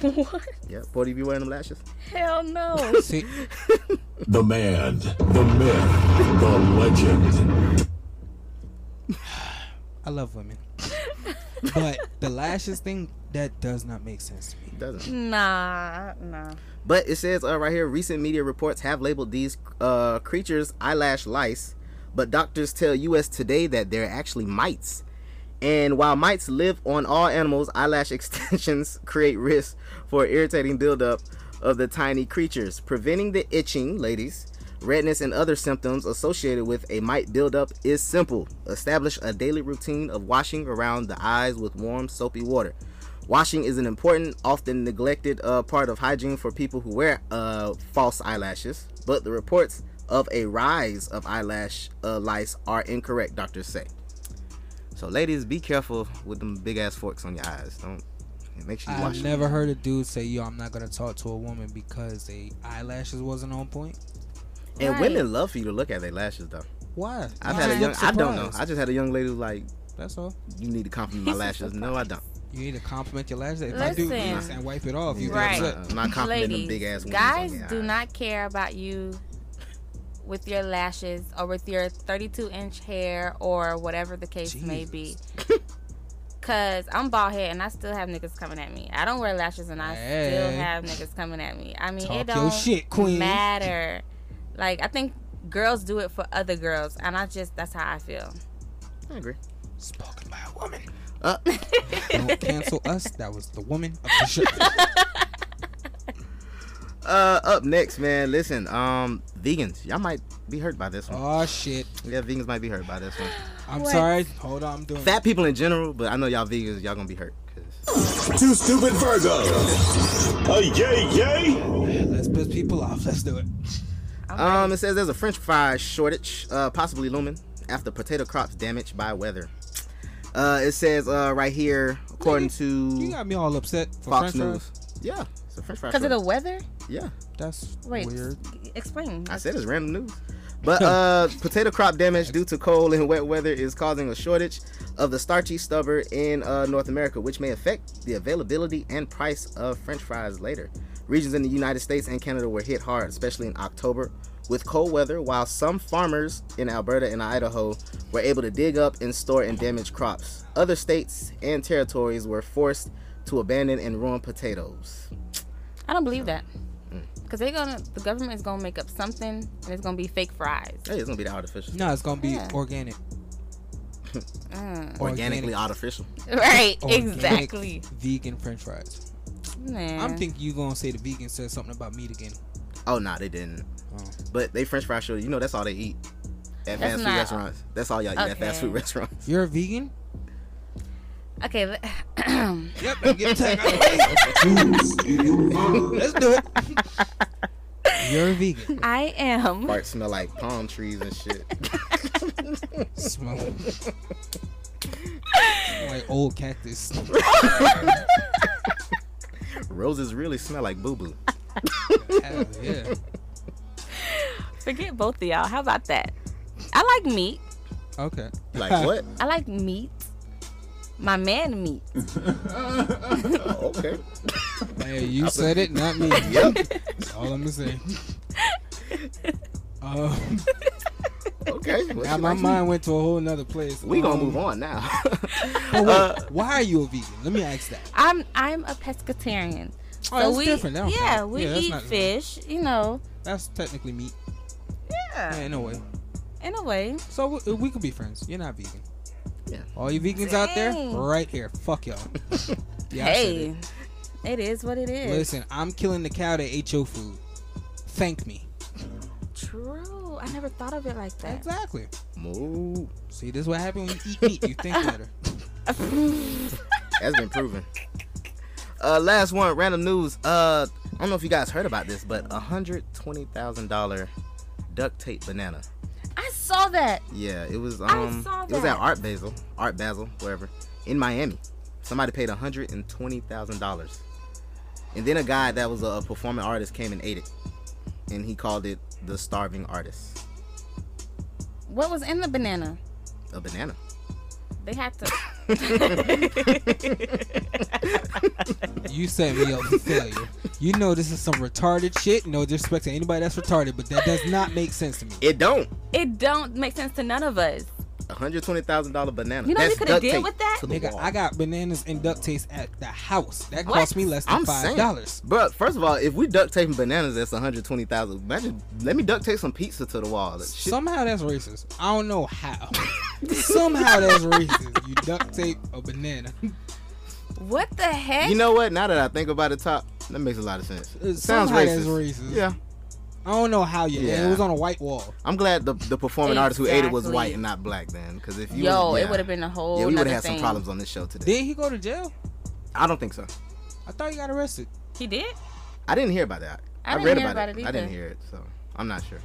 What?
Yeah, Porty, you wearing them lashes?
Hell no.
The man, the myth, the legend.
I love women. but the lashes thing, that does not make sense to me.
Doesn't.
nah, nah.
But it says uh, right here recent media reports have labeled these uh, creatures eyelash lice, but doctors tell US Today that they're actually mites. And while mites live on all animals, eyelash extensions create risk for irritating buildup of the tiny creatures, preventing the itching, ladies. Redness and other symptoms associated with a mite buildup is simple. Establish a daily routine of washing around the eyes with warm, soapy water. Washing is an important, often neglected uh, part of hygiene for people who wear uh, false eyelashes, but the reports of a rise of eyelash uh, lice are incorrect, doctors say. So, ladies, be careful with them big ass forks on your eyes. Don't and make sure you wash.
I've
them.
never heard a dude say, "Yo, I'm not gonna talk to a woman because they eyelashes wasn't on point."
And
Right.
women love for you to look at their lashes, though.
Why?
I've
Why?
had a
I'm
young. I don't know.
surprised.
I just had a young lady who was like,
"That's all."
You need to compliment my lashes. No, I don't.
You need to compliment your lashes. If I do
Listen.
this and wipe it off, you
Right.
get upset.
Uh-uh. I'm not complimenting them big ass.
guys
on your
do not care about you with your lashes or with your 32 inch hair or whatever the case may be. Cause I'm bald head and I still have niggas coming at me. I don't wear lashes and I still
Hey.
have niggas coming at me. I mean,
Talk
it
your
don't
shit, queen.
matter. Like I think girls do it for other girls, and I just that's how I feel.
I agree.
Spoken by
a
woman.
Uh.
Don't cancel us. That was the woman of the show.
Uh, up next, man. Listen, um, vegans, y'all might be hurt by this one.
Oh shit.
Yeah, vegans might be hurt by this one.
I'm sorry. Hold on, I'm doing.
Fat people in general, but I know y'all vegans, y'all gonna be hurt.
Two stupid Virgos. A yay yay.
Let's piss people off. Let's do it.
Um, it says there's a French fry shortage, uh, possibly looming after potato crops damaged by weather. Uh, it says uh, right here, according
You
to
got me all upset for
Fox
French
News.
fries.
Yeah, it's a French fry.
Because of the
shortage.
weather?
Yeah,
that's
Wait, s- explain.
I said it's random news. But uh, potato crop damage due to cold and wet weather is causing a shortage of the starchy stubber in uh, North America, which may affect the availability and price of French fries later. Regions in the United States and Canada were hit hard, especially in October, with cold weather, while some farmers in Alberta and Idaho were able to dig up and store and damage crops. Other states and territories were forced to abandon and ruin potatoes.
I don't believe that.
mm.
Because they're gonna, the government is gonna make up something, and it's gonna be fake fries.
Hey, it's gonna be the artificial.
No, it's gonna be
Yeah.
organic.
Mm.
Organically artificial.
Right,
Organic
exactly. Mm.
Vegan French fries.
Man.
I'm thinking you gonna say the vegan said something about meat again.
Oh no, they didn't. But they French fry shortage. You know that's all they eat at
That's
fast food
not-
restaurants. That's all y'all eat at fast
Okay.
food restaurants.
You're a vegan?
Okay. Let,
yep. Get tagged out of the way. Let's do it. You're a vegan.
I am.
Fart smell like palm trees and shit.
Smell like old cactus.
Roses really smell like boo boo.
Hell yeah.
Forget both of y'all. How about that? I like meat.
Okay.
Like what?
I like meat. My man meat.
Oh, okay.
Hey, you said it, not me.
Yep.
That's all I'm gonna say. Um,
Okay. well,
now
she
my
likes
mind went to a whole nother place.
meat. We gonna
Um,
move on Uh, now.
oh, wait, why are you a vegan? Let me ask that.
I'm I'm a pescatarian.
Oh, that's different. That don't
yeah,
count.
we
Yeah, that's
eat
not-
fish. You know.
That's technically meat. Yeah,
Yeah.
in a way.
In a way.
So uh, we, we could be friends. You're not vegan.
Yeah.
All you vegans out there,
Dang.
right here. Fuck y'all. Yeah, I said
hey.
it.
It is what it is.
Listen, I'm killing the cow that ate your food. Thank me.
True. I never thought of it like that.
Exactly.
Move.
See, this is what happens when you eat meat. You think better.
That's been proven. Uh, last one, random news. Uh, I don't know if you guys heard about this, but a hundred twenty thousand dollar duct tape banana.
I saw that.
Yeah, it was
I
um
saw
it was
that.
at Art Basel, Art Basel, wherever, in Miami. Somebody paid hundred and twenty thousand dollars, and then a guy that was a performing artist came and ate it, and he called it the starving artist,
What was in the banana?
a banana.
They had to.
You set me up for failure. You know this is some retarded shit. No disrespect to anybody that's retarded, but that does not make sense to me.
It don't
it don't make sense to none of us.
a hundred twenty thousand dollar banana.
You know
That's
you could have
duct
deal
tape
with that.
to the
Nigga,
wall.
I got bananas and duct tapes at the house. That
What?
cost me less than
I'm
five
saying,
dollars.
bro. First of all, if we duct taping bananas, that's one hundred twenty thousand. Imagine, let me duct tape some pizza to the wall. That shit-
Somehow that's racist. I don't know how. Somehow that's racist. You duct tape a banana.
What the heck?
You know what? Now that I think about it, top that makes a lot of sense.
It
sounds
somehow that's
racist.
Uh, racist.
Yeah,
I don't know how you.
Yeah.
It was on a white wall.
I'm glad the the performing artist who ate it was
Exactly.
white and not black then, because if you
Yo,
yeah.
it would have been a whole.
yeah, we would
nother
have had
thing.
some problems on this show today.
Did he go to jail?
I don't think so.
I thought he got arrested.
He did.
I didn't hear about that.
I didn't
read
hear
about,
about
it.
it
I didn't
either.
hear it, so I'm not sure.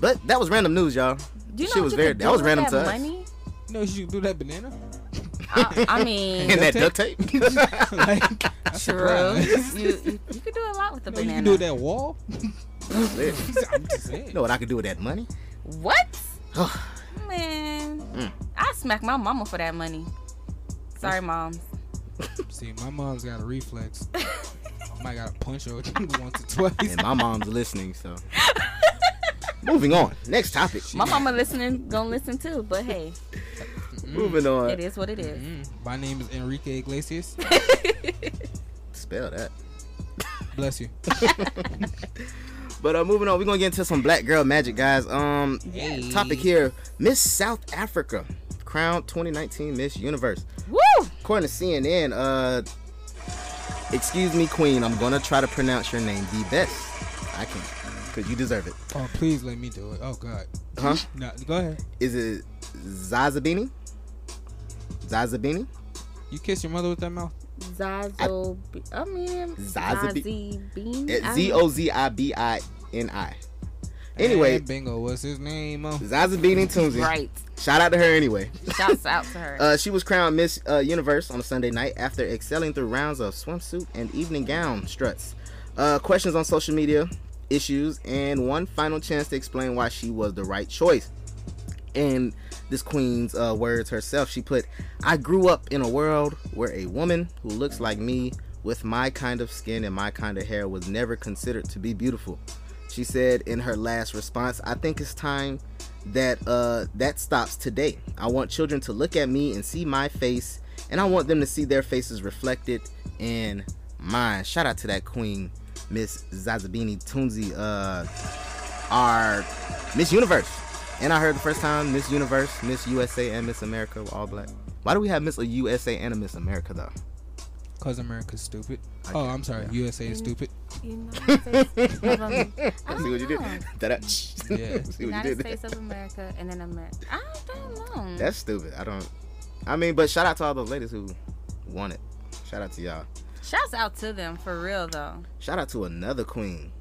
But that was random news, y'all.
Do you know
Shit
what
was
you
very-
could
that
do
was
with
random
that
to us.
money?
No, you do that banana.
I, I mean,
And that
duct
duct tape.
like, that's a
true.
problem.
you, you, you could do a lot with the
No, you
banana.
can do that wall.
you
I'm just saying.
know what I could do with that money?
What? Man, I smack my mama for that money. Sorry, mom.
See, my mom's got a reflex. I might gotta punch her once or twice.
And my mom's listening, so. Moving on. Next topic.
My mama listening gonna listen too, but hey,
Moving on.
it is what it is.
mm-hmm.
Mm, My name is Enrique Iglesias.
Spell that.
Bless you.
But uh, moving on, we're gonna get into some black girl magic, guys. Um,
Yay.
topic here: Miss South Africa, crowned 2019 Miss Universe.
Woo!
According to CNN, uh, excuse me, Queen, I'm gonna try to pronounce your name the best I can, cause you deserve it.
Oh, please let me do it. Oh God.
Huh?
No, go ahead.
Is it Zazabini? Zazabini?
You kiss your mother with that mouth?
Zazo. I, mean,
Zazabi-
Zazie Bean. I-
Eh, Z o z i b i n i. Anyway,
Hey, bingo. What's his name? Oh.
Zazabini Tunzi.
Right.
Shout out to her anyway.
Shouts out to her.
Uh, she was crowned Miss uh, Universe on a Sunday night after excelling through rounds of swimsuit and evening gown struts. Uh, questions on social media issues and one final chance to explain why she was the right choice. In this queen's uh, words herself, she put, "I grew up in a world where a woman who looks like me, with my kind of skin and my kind of hair, was never considered to be beautiful." She said in her last response, "I think it's time that uh, that stops today. I want children to look at me and see my face, and I want them to see their faces reflected in mine." Shout out to that queen, Miss Zazabini Tunzi, uh, our Miss Universe. And I heard the first time Miss Universe, Miss USA, and Miss America were all black. Why do we have Miss USA and a Miss America though?
Cause America's stupid. Oh, I'm sorry. USA
Mm-hmm.
is stupid.
United States of America. I
See what you
don't
did?
know.
Ta-da.
Yeah.
See what you
United
did there?
States of America and then America. I don't know.
That's stupid. I don't. I mean, but shout out to all those ladies who won it. Shout out to y'all.
Shouts out to them for real though.
Shout out to another queen,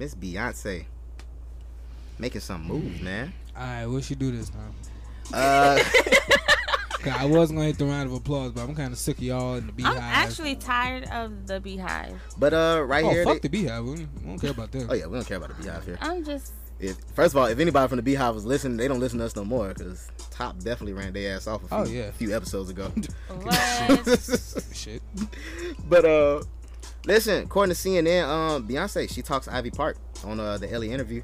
Miss Beyonce, making some moves, man.
All right, what should do this time?
Uh,
'Cause I was gonna hit the round of applause, but I'm kind of sick of y'all in the beehive.
I'm actually tired of the beehive.
but uh, right
oh,
here.
fuck
they-
the beehive. We don't, we don't care about them.
oh yeah, we don't care about the Beehive here.
I'm just
If, first of all, if anybody from the Beehive was listening, they don't listen to us no more because Top definitely ran their ass off a few,
Oh, yeah.
a few episodes ago.
What?
Shit.
But uh, listen, according to CNN, um, Beyonce she talks to Ivy Park on uh, the Ellie interview.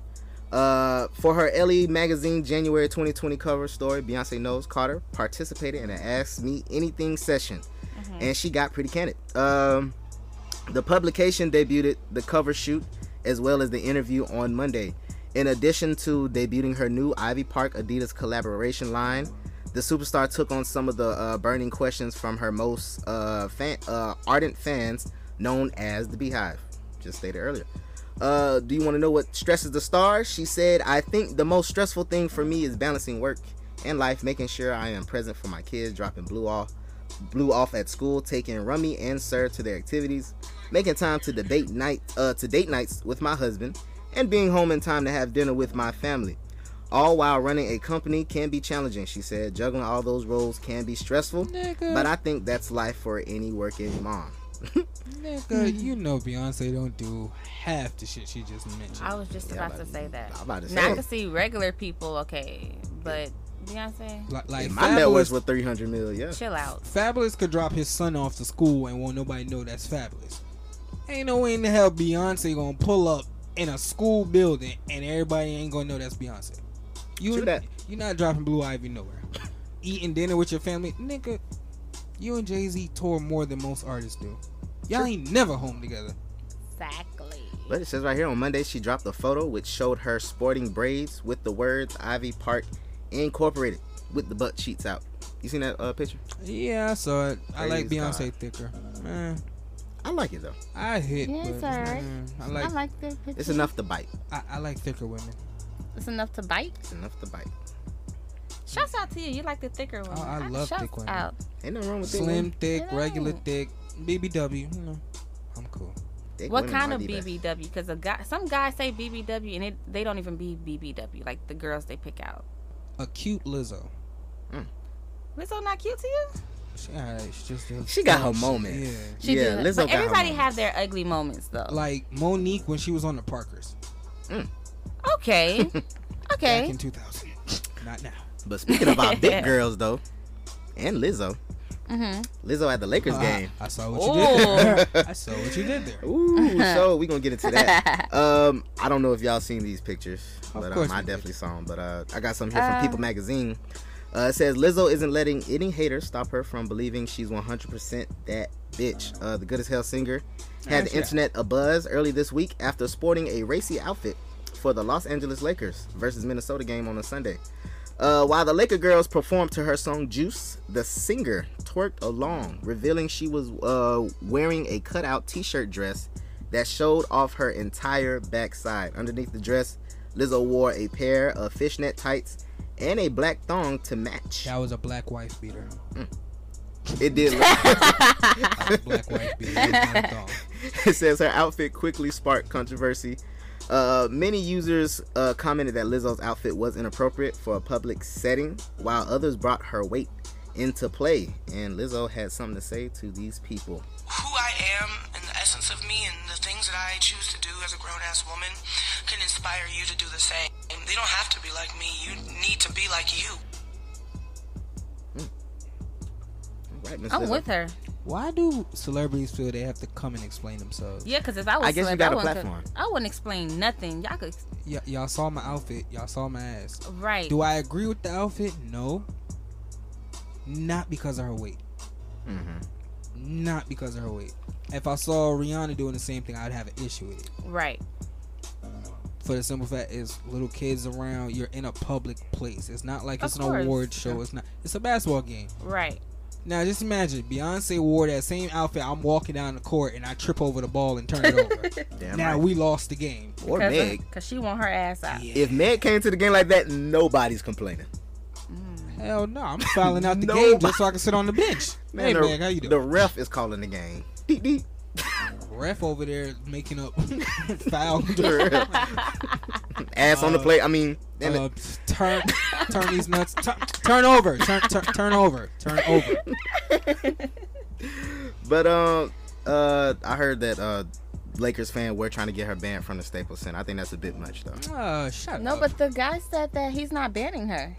Uh, for her Ellie magazine January 2020 cover story, Beyonce knows Carter participated in an Ask Me Anything session, and she got pretty candid. Um, the publication debuted the cover shoot as well as the interview on Monday. In addition to debuting her new Ivy Park Adidas collaboration line, the superstar took on some of the uh, burning questions from her most uh, fan, uh, ardent fans, known as the Beehive. Just stated earlier. Uh, do you want to know what stresses the star? She said, I think the most stressful thing for me is balancing work and life, making sure I am present for my kids, dropping blue off, blew off at school, taking Rummy and Sir to their activities, making time to debate night uh, to date nights with my husband, and being home in time to have dinner with my family. All while running a company can be challenging, she said. Juggling all those roles can be stressful,
Nigga.
but I think that's life for any working mom.
Nigga, you know Beyonce don't do half the shit she just mentioned.
I was just about to say that.
I'm about to
Now
say
I can
it.
see regular people, okay, but Beyonce,
Like, like
my net worth
Fabulous,
was 300 mil, yeah.
chill out.
Fabulous could drop his son off to school and won't nobody know that's Fabulous. Ain't no way in the hell Beyonce gonna pull up in a school building and everybody ain't gonna know that's Beyonce. You
True that.
you not dropping Blue Ivy nowhere. Eating dinner with your family, nigga. You and Jay Z tour more than most artists do. Y'all ain't never home together.
Exactly.
But it says right here on Monday she dropped a photo which showed her sporting braids with the words Ivy Park Incorporated with the butt cheeks out. You seen that uh, picture?
Yeah, I saw it. I like
Praise God.
Beyonce thicker. Man,
I like it though.
I hit.
Yeah,
but,
it's alright.
mm, I
I
like.
like that picture.
It's enough to bite.
I, I like thicker women.
It's enough to bite.
It's enough to bite.
Shouts out to you. You like the thicker one.
Oh, I love
Shouts
thick women.
out.
Ain't nothing wrong with thick
Slim,
women.
thick,
It
regular,
ain't.
thick, BBW. You know, I'm cool.
Thick
What
women
kind
are
of
the best.
BBW? Because a guy, some guys say BBW, and it, they don't even be BBW. Like the girls they pick out.
A cute Lizzo.
Lizzo not cute to you?
She, alright, she's just a-
She got her moments.
Yeah.
She
yeah,
do.
Lizzo
but
got her
everybody
moments.
have their ugly moments though.
Like Monique when she was on the Parkers
okay,
back
okay.
in 2000. Not now.
But speaking of our big girls though, and Lizzo,
hmm
Lizzo at the Lakers
Ah,
game.
I saw what you did
Oh.
there. I saw what you did there.
Ooh, so we gonna get into that. Um, I don't know if y'all seen these pictures,
Of
but
course
um, I
we did.
definitely saw them. But uh, I got some here from
Uh.
People Magazine. Uh, it says Lizzo isn't letting any hater stop her from believing she's 100% that Bitch, uh, the Good as Hell singer, had
That's
the internet abuzz early this week after sporting a racy outfit for the Los Angeles Lakers versus Minnesota game on a Sunday. Uh, while the Laker girls performed to her song Juice, the singer twerked along, revealing she was uh, wearing a cutout t shirt dress that showed off her entire backside. Underneath the dress, Lizzo wore a pair of fishnet tights and a black thong to match.
That was a black wife beater.
It did look
black wife beater, black thong.
It says her outfit quickly sparked controversy. Uh, many users uh, commented that Lizzo's outfit was inappropriate for a public setting, while others brought her weight into play. And Lizzo had something to say to these people.
who I am and the essence of me and the things that I choose to do as a grown ass woman can inspire you to do the same. They don't have to be like me. You need to be like you.
Right, Miss
I'm
Lizzo.
with her.
Why do celebrities feel they have to come and explain themselves?
Yeah, because if I was
I guess you
celeb,
got a
I wouldn't,
platform.
I wouldn't explain nothing. Y'all could. ex-
Y- y'all saw my outfit. Y'all saw my ass.
Right.
Do I agree with the outfit? No. Not because of her weight. Not because of her weight. If I saw Rihanna doing the same thing, I'd have an issue with it.
Right.
For the simple fact is, little kids around, you're in a public place. It's not like
Of
it's an
course.
award show. It's not. It's a basketball game.
Right.
Now just imagine Beyonce wore that same outfit. I'm walking down the court and I trip over the ball and turn it over. now we lost the game.
Or Meg.
Because she want her ass out.
If Meg came to the game like that, nobody's complaining.
Hell no, I'm fouling out the game just so I can sit on the bench.
Man,
hey
the,
Meg, how you
the ref is calling the game.
Ref over there making up foul.
Ass on the
Uh,
plate. I mean, damn
uh,
it.
turn, turn these nuts. Turn, turn over. Turn, turn, turn over. Turn over.
But um, uh, I heard that uh, Lakers fan were trying to get her banned from the Staples Center. I think that's a bit much though.
Uh, shut
No, but the guy said that he's not banning her.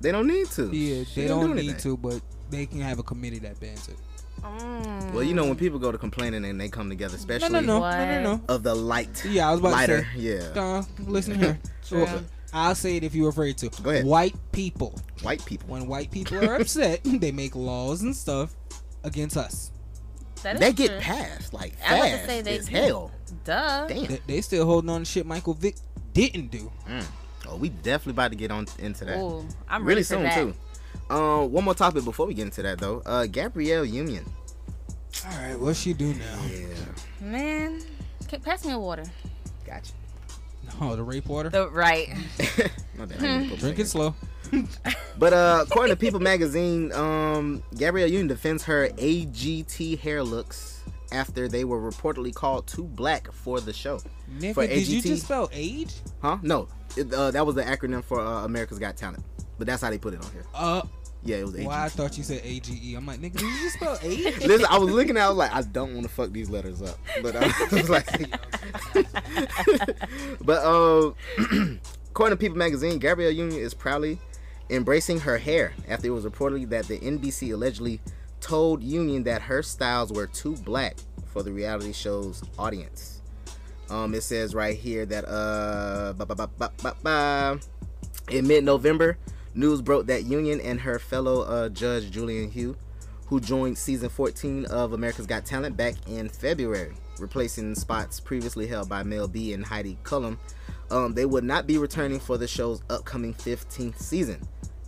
They don't need to.
Yeah,
She
they
didn't do
don't need
anything.
to, but they can have a committee that bans it.
Mm,
Well, you know when people go to complaining and they come together, especially
no, no, no, no.
of the light.
Yeah, I was about to
lighter.
say.
Yeah.
Nah, listen here. Oh,
True.
I'll say it if you're afraid to. Go
ahead.
White people.
White people.
When white people are upset, they make laws and stuff against us.
That is
They get
true.
passed, like,
I was about
fast
to say they
as hell.
Duh.
Damn.
They, they still holding on to shit Michael Vick didn't do.
Mm. Oh, we definitely about to get on into that.
Ooh, I'm ready for that.
too. Um, one more topic before we get into that though. Uh, Gabrielle Union.
All right, what's she do now?
Yeah.
Man, K- pass me a water.
Gotcha.
Oh, the rape water.
The right.
My bad.
Hmm.
Drink it slow.
But uh, according to People magazine, um, Gabrielle Union defends her AGT hair looks after they were reportedly called too black for the show. for
Nigga, did you just spell age?
Huh? No, it, uh, that was the acronym for uh, America's Got Talent, but that's how they put it on here.
Uh,
Yeah, it was AGT.
well, I thought you said AGE. I'm like, nigga, did you just spell age?
Listen, I was looking at, it, I was like, I don't want to fuck these letters up, but I was like, but um, according to People magazine, Gabrielle Union is proudly embracing her hair after it was reportedly that the NBC allegedly told Union that her styles were too black for the reality show's audience. Um, it says right here that uh, ba, ba, ba, ba, ba, ba. in mid-November, news broke that Union and her fellow uh, judge Julian Hugh, who joined season 14 of America's Got Talent back in February, replacing spots previously held by Mel B and Heidi Cullum, um, they would not be returning for the show's upcoming 15th season.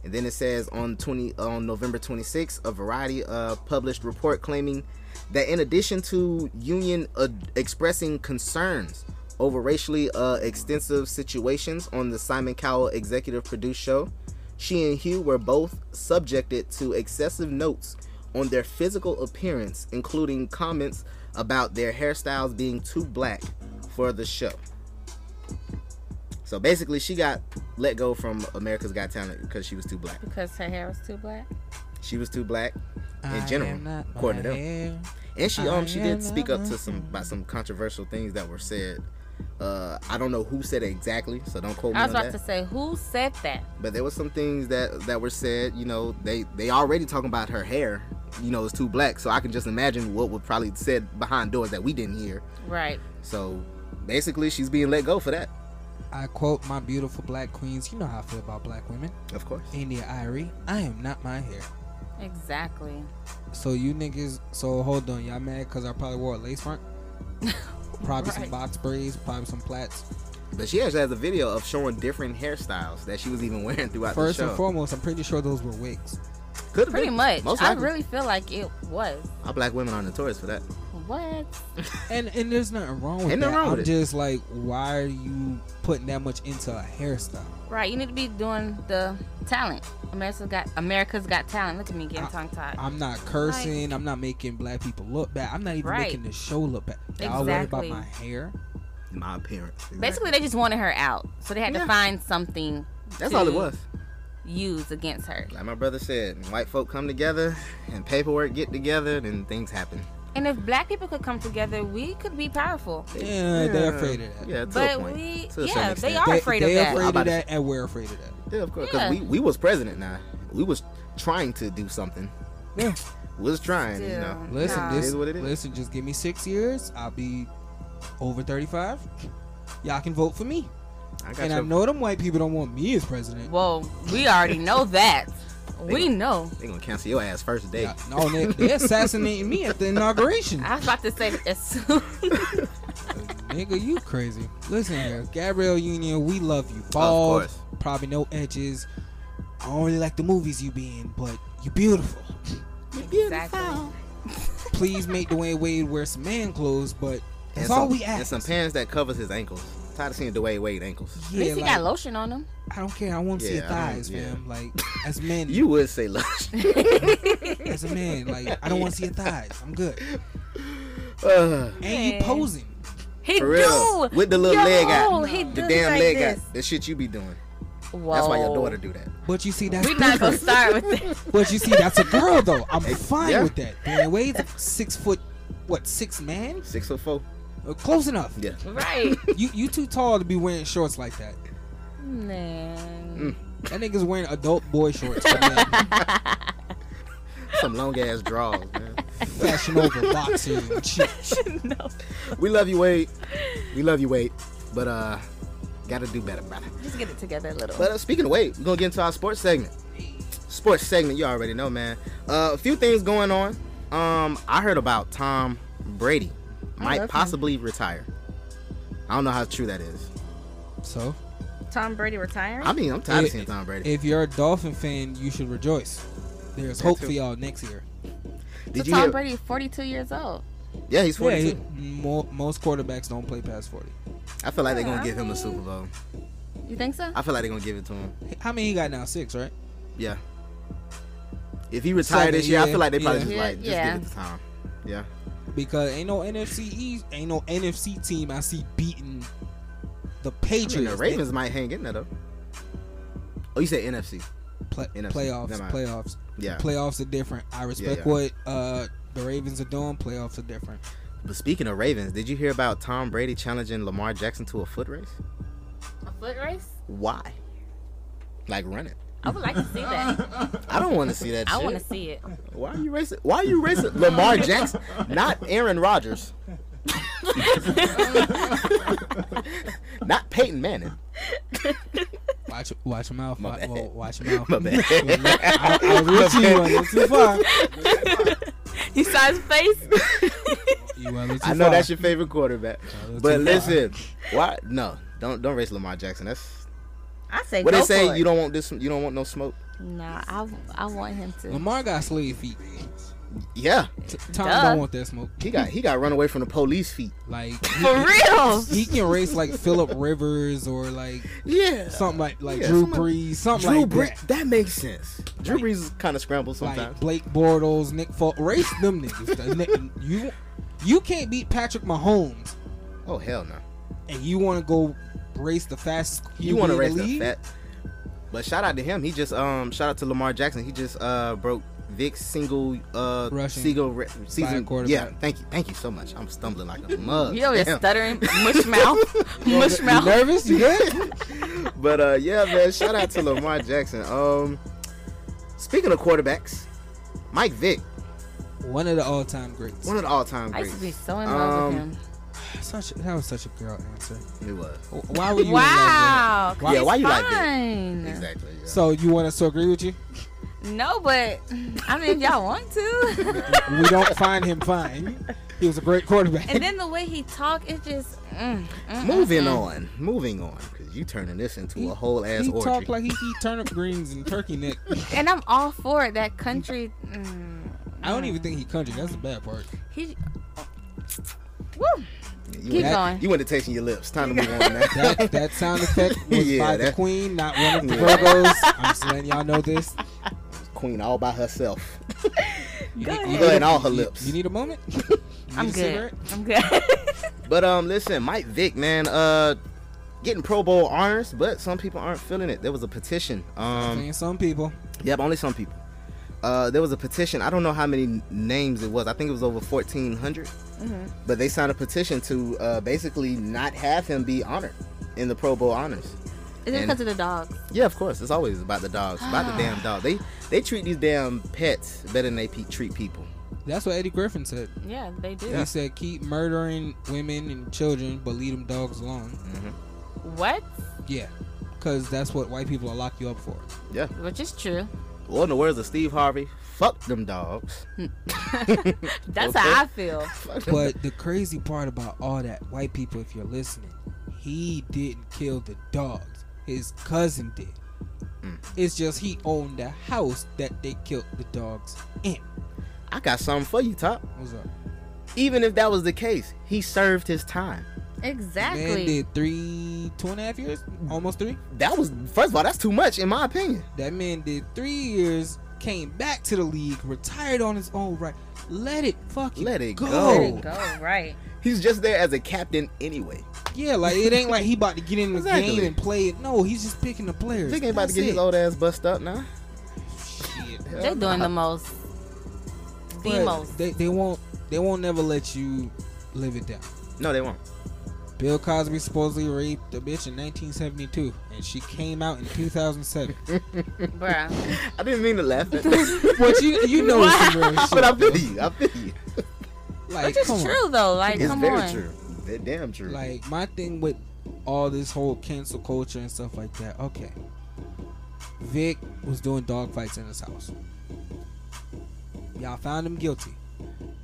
And then it says on 20 on November 26th, a Variety uh, published report claiming that in addition to union uh, expressing concerns over racially uh, extensive situations on the Simon Cowell executive produced show, she and Hugh were both subjected to excessive notes on their physical appearance, including comments about their hairstyles being too black for the show. So basically, she got let go from America's Got Talent because she was too black.
Because her hair was too black.
She was too black in
I
general,
am not
according to
my
them. And she
I
um she
am
did speak
not
up
my
to some about some controversial things that were said. Uh, I don't know who said it exactly, so don't quote me
I was
on
about
that.
to say, who said that?
But there was some things that that were said. You know, they they already talking about her hair. You know, it's too black, so I can just imagine what would probably said behind doors that we didn't hear.
Right.
So basically, she's being let go for that.
I quote my beautiful black queens. You know how I feel about black women.
Of course.
India Irie, I am not my hair.
Exactly.
So you niggas, so hold on, y'all mad because I probably wore a lace front? probably some
Right.
box braids, probably some plaits.
But she actually has a video of showing different hairstyles that she was even wearing throughout
First
the show.
and foremost, I'm pretty sure those were wigs.
Could
Pretty much.
Most
I
likely.
really feel like it was.
Our black women are notorious for that.
What?
And and there's nothing wrong with
Ain't
that.
nothing wrong
I'm
with it.
just like, why are you putting that much into a hairstyle?
Right, you need to be doing the talent. America's got America's got talent. Look at me getting tongue tied.
I'm not cursing. I'm not making black people look bad. I'm not even
Right.
making the show look bad. Y'all worry about
Exactly.
my hair.
My appearance.
Basically, they just wanted her out, so they had
Yeah.
to find something.
That's
to
all it was.
Used against her.
Like my brother said, when white folk come together and paperwork get together, then things happen.
And if black people could come together, we could be powerful.
Yeah, they're afraid of that.
Yeah, to a
But
point.
we-
to a
yeah,
certain
they
extent.
are They- afraid of
They're
that.
afraid
I'm
of
about to
that, and we're afraid of that.
Yeah, of course.
Yeah.
Because we, we was president now. We was trying to do something.
Yeah.
Was trying, you know.
Still,
Listen,
Nah.
this
It is what it is.
listen. Just give me six years. I'll be over thirty-five. Y'all can vote for me.
I got
and I
your-
know them white people don't want me as president.
Well, we already know that.
They
we
gonna-
know.
They gonna cancel your ass first day.
No, they, they're assassinating me at the inauguration.
I was about to say that as soon.
Nigga, you crazy. Listen here, Gabrielle Union, we love you. Bald,
course.
probably no edges. I don't really like the movies you be in, but you beautiful.
exactly.
Please make Dwayne Wade wear some man clothes, but
And
that's all
some-
we
And
ask.
some pants that covers his ankles. Tired of seeing Dwayne Wade ankles.
At least he
like,
got lotion on him.
I don't care. I want to see your
Yeah, I don't-
thighs,
yeah.
fam. Like as men,
You would say lush.
as a man, like I don't want to see your thighs. I'm good.
Uh,
And you
Man.
posing.
He
for real.
do
With the little
Yo,
leg out.
He
The
do
damn
like
leg
this.
out. The shit you be doing.
Whoa.
That's why your daughter do that.
But you see that's
We're not gonna
different.
start with that.
But you see, that's a girl though. I'm fine
yeah.
with that. Dwayne Wade's a six foot, what six man?
Six foot four.
Uh, Close enough.
Yeah.
Right.
You you too tall to be wearing shorts like that.
Man.
That nigga's wearing adult boy shorts. for men.
Some long ass draws, man.
Fashion over boxers and shit.
no.
We love you, Wade. We love you, Wade. But uh, gotta do better, brother.
Just get it together a little.
But uh, speaking of weight, we're gonna get into our sports segment. Sports segment, you already know, man. Uh, a few things going on. Um, I heard about Tom Brady might
love him.
possibly retire. I don't know how true that is.
So
Tom Brady retiring?
I mean, I'm tired
If-
of seeing Tom Brady.
if you're a Dolphin fan, you should rejoice. There's
That
hope
too.
for y'all next year.
Did
so
you
Tom
hear?
Brady is 42 years old.
Yeah, he's 42.
Yeah, mo- most quarterbacks don't play past forty.
I feel like they're
Yeah,
gonna
I
give him a
mean-
Super Bowl.
You think so?
I feel like they're gonna give it to him.
How many he got now? Six, right?
Yeah. If he retired this year, I
yeah,
feel like they probably
yeah.
just like just
Yeah.
give it to Tom. Yeah.
Because ain't no NFC East, ain't no NFC team I see beating the
I mean,
Patriots.
the Ravens might hang in there though. Oh, you said NFC.
Play-
NFC,
playoffs,
never mind.
playoffs.
Yeah.
Playoffs are different. I respect
yeah.
what uh, the Ravens are doing. Playoffs are different.
But speaking of Ravens, did you hear about Tom Brady challenging Lamar Jackson to a foot race?
A foot race?
Why? Like running.
I would like to see that.
I don't want to see that
I
shit.
want to see it.
Why are you racing? Why are you racing Lamar Jackson, not Aaron Rodgers? not Peyton Manning.
Watch, watch your mouth.
My
Watch,
bad.
well, watch your mouth.
My bad.
I, I was with you. You went too far.
You saw his face?
You went too far.
I know that's your favorite quarterback.
that's
But
too
listen, why no, don't don't race Lamar Jackson. That's
I say
what
go
they say,
for
you
it.
don't want this you don't want no smoke.
Nah, I, I want him to.
Lamar got slave feet.
Yeah.
T- Tom
Duh.
don't want that smoke.
He got he got run away from the police feet.
Like he,
For real?
he can race like Philip Rivers or like
Yeah.
something like like
Yeah,
Drew
someone-
Brees, something
Drew
like
Brees,
that.
that. makes sense. Drew Brees is kind of scrambled sometimes.
Like Blake Bortles, Nick Folk, race them niggas. The ni- you you can't beat Patrick Mahomes
oh hell no!
and you want to go race the fastest.
You want to raise
the
the fat? But shout out to him. He just um shout out to Lamar Jackson. He just uh broke Vic's single uh
Rushing
single re- season. Yeah,
quarterback.
thank you, thank you so much. I'm stumbling like a mug.
You over here
Damn.
stuttering, mush mouth, mush
You
mouth.
nervous? You good?
But uh yeah, man. Shout out to Lamar Jackson. Um, speaking of quarterbacks, Mike Vick,
One of the all-time greats.
one of the all-time
I used
greats.
to be so in
Um,
love with him.
Such that was such a girl answer.
He was
Why would you? in love with him?
Wow.
Yeah, why you like that?
fine.
exactly. yeah.
So you want us to agree with you?
No, but I mean, if y'all want to.
we don't find him fine. He was a great quarterback.
and then the way he talk, it just. Mm, mm,
Moving
mm, mm.
on, moving on, because you turning this into a whole ass
he
orgy.
talked like he eat turnip greens and turkey neck.
And I'm all for it. That country. Mm,
I don't even think he country. That's the bad part.
he. Woo.
you
Keep
went,
going.
You went to tasting your lips. Time to move on now.
That, that sound effect was
Yeah,
by the
that-
queen, not one of the
Yeah.
Virgos. I'm just letting y'all know this.
Queen all by herself.
You,
Go
need-
You
you need
and
a-
all her
you-
lips.
You need a moment? You
I'm
need a
good.
cigarette?
I'm good.
But um, listen, Mike Vick, man, uh, getting Pro Bowl honors, but some people aren't feeling it. There was a petition. Um,
Saying some people.
yep, only some people. Uh, there was a petition. I don't know how many n- names it was. I think it was over fourteen hundred. But they signed a petition to uh, basically not have him be honored in the Pro Bowl honors.
Is it
And-
because of the dog?
Yeah, of course. It's always about the dogs, about the damn dog. They they treat these damn pets better than they pe- treat people.
That's what Eddie Griffin said.
Yeah, they do.
He said, keep murdering women and children, but leave them dogs alone.
What?
Yeah. Because that's what white people will lock you up for.
Yeah.
Which is true.
Well, in the words of Steve Harvey, fuck them dogs.
That's
Okay.
how I feel.
But the crazy part about all that, white people, if you're listening, he didn't kill the dogs. His cousin did.
Mm.
It's just he owned the house that they killed the dogs in.
I got something for you, Top.
What's up?
Even if that was the case, he served his time.
Man
Exactly.
did three, two and a half years, almost three.
That was first of all, that's too much in my opinion.
That man did three years, came back to the league, retired on his own right. Let it fucking
Let it go.
go.
right.
He's just there as a captain anyway.
Yeah, like it ain't like he about to get in the
Exactly.
game and play it. No, he's just picking the players.
Think ain't about
That's
to get his
it.
old ass bust up now.
Shit.
They're doing the most. The
But
most.
They, they won't they won't never let you live it down.
No, they won't.
Bill Cosby supposedly raped a bitch in 1972, and she came out in 2007.
Bruh.
I didn't mean to laugh at this.
but you you know it's some real shit.
but I
bro.
feel you. I feel you.
Like,
Which is
come on.
true, though. Like,
it's
come
very
on.
true. They're damn true.
Like my thing with all this whole cancel culture and stuff like that. Okay, Vic was doing dog fights in his house. Y'all found him guilty.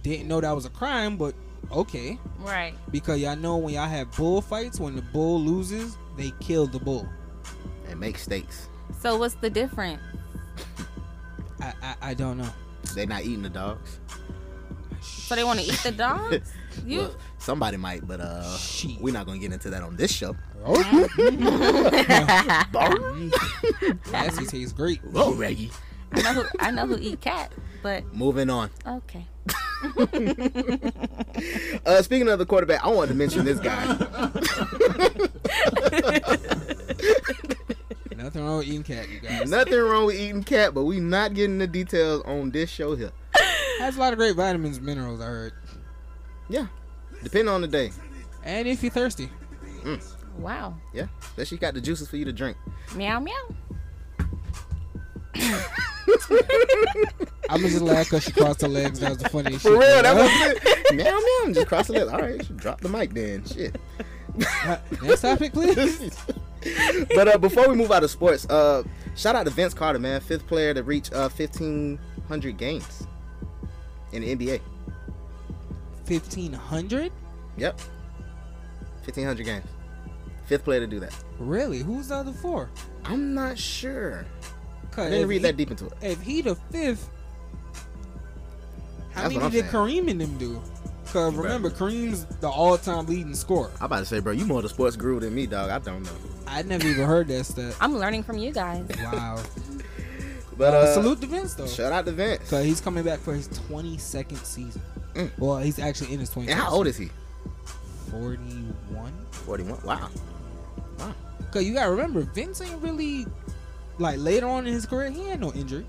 Didn't know that was a crime, but okay.
Right.
Because y'all know when y'all have bull fights, when the bull loses, they kill the bull.
they make steaks.
So, what's the difference?
I I, I don't know.
They're not eating the dogs.
So, they want to eat the dogs? You.
Well, somebody might, but uh,
Shit.
we're not gonna get into that on this show. Oh.
Lassie tastes great.
Whoa, Reggie.
I know who I know who eat cat, but
Moving on.
okay.
Uh, speaking of the quarterback, I wanted to mention this guy.
Nothing wrong with eating cat, you guys.
Nothing wrong with eating cat, but we not getting the details on this show here.
Has a lot of great vitamins, and minerals. I heard.
Yeah, depending on the day.
And if you're thirsty,
Wow.
Yeah, that she got the juices for you to drink.
Meow meow.
I'm just laughing because she crossed her legs. That was the funniest shit.
was it. meow meow. Just cross the lips. All right, she drop the mic then. Shit.
Next topic, please.
but uh, before we move out of sports, uh, shout out to Vince Carter, man, fifth player to reach uh 1500 games in the NBA.
Fifteen hundred?
Yep, 1500 games. Fifth player to do that.
Really? Who's the other four?
I'm not sure.
Cause
I didn't
if
read
he-
that deep into it.
If he the fifth, how
That's what
many
I'm
did
saying.
Kareem and them do? Cause remember, Kareem's the all-time leading scorer.
I'm about to say, bro, you more of the sports guru than me, dog. I don't know.
I never even heard that stat.
I'm learning from you guys.
Wow.
But
Uh,
uh,
salute to Vince though.
Shout out to Vince.
So he's coming back for his 22nd season.
Mm.
Well, he's actually in his 22nd.
And how old is he?
41?
41. Wow.
Cause you gotta remember, Vince ain't really like later on in his career. He had no injury,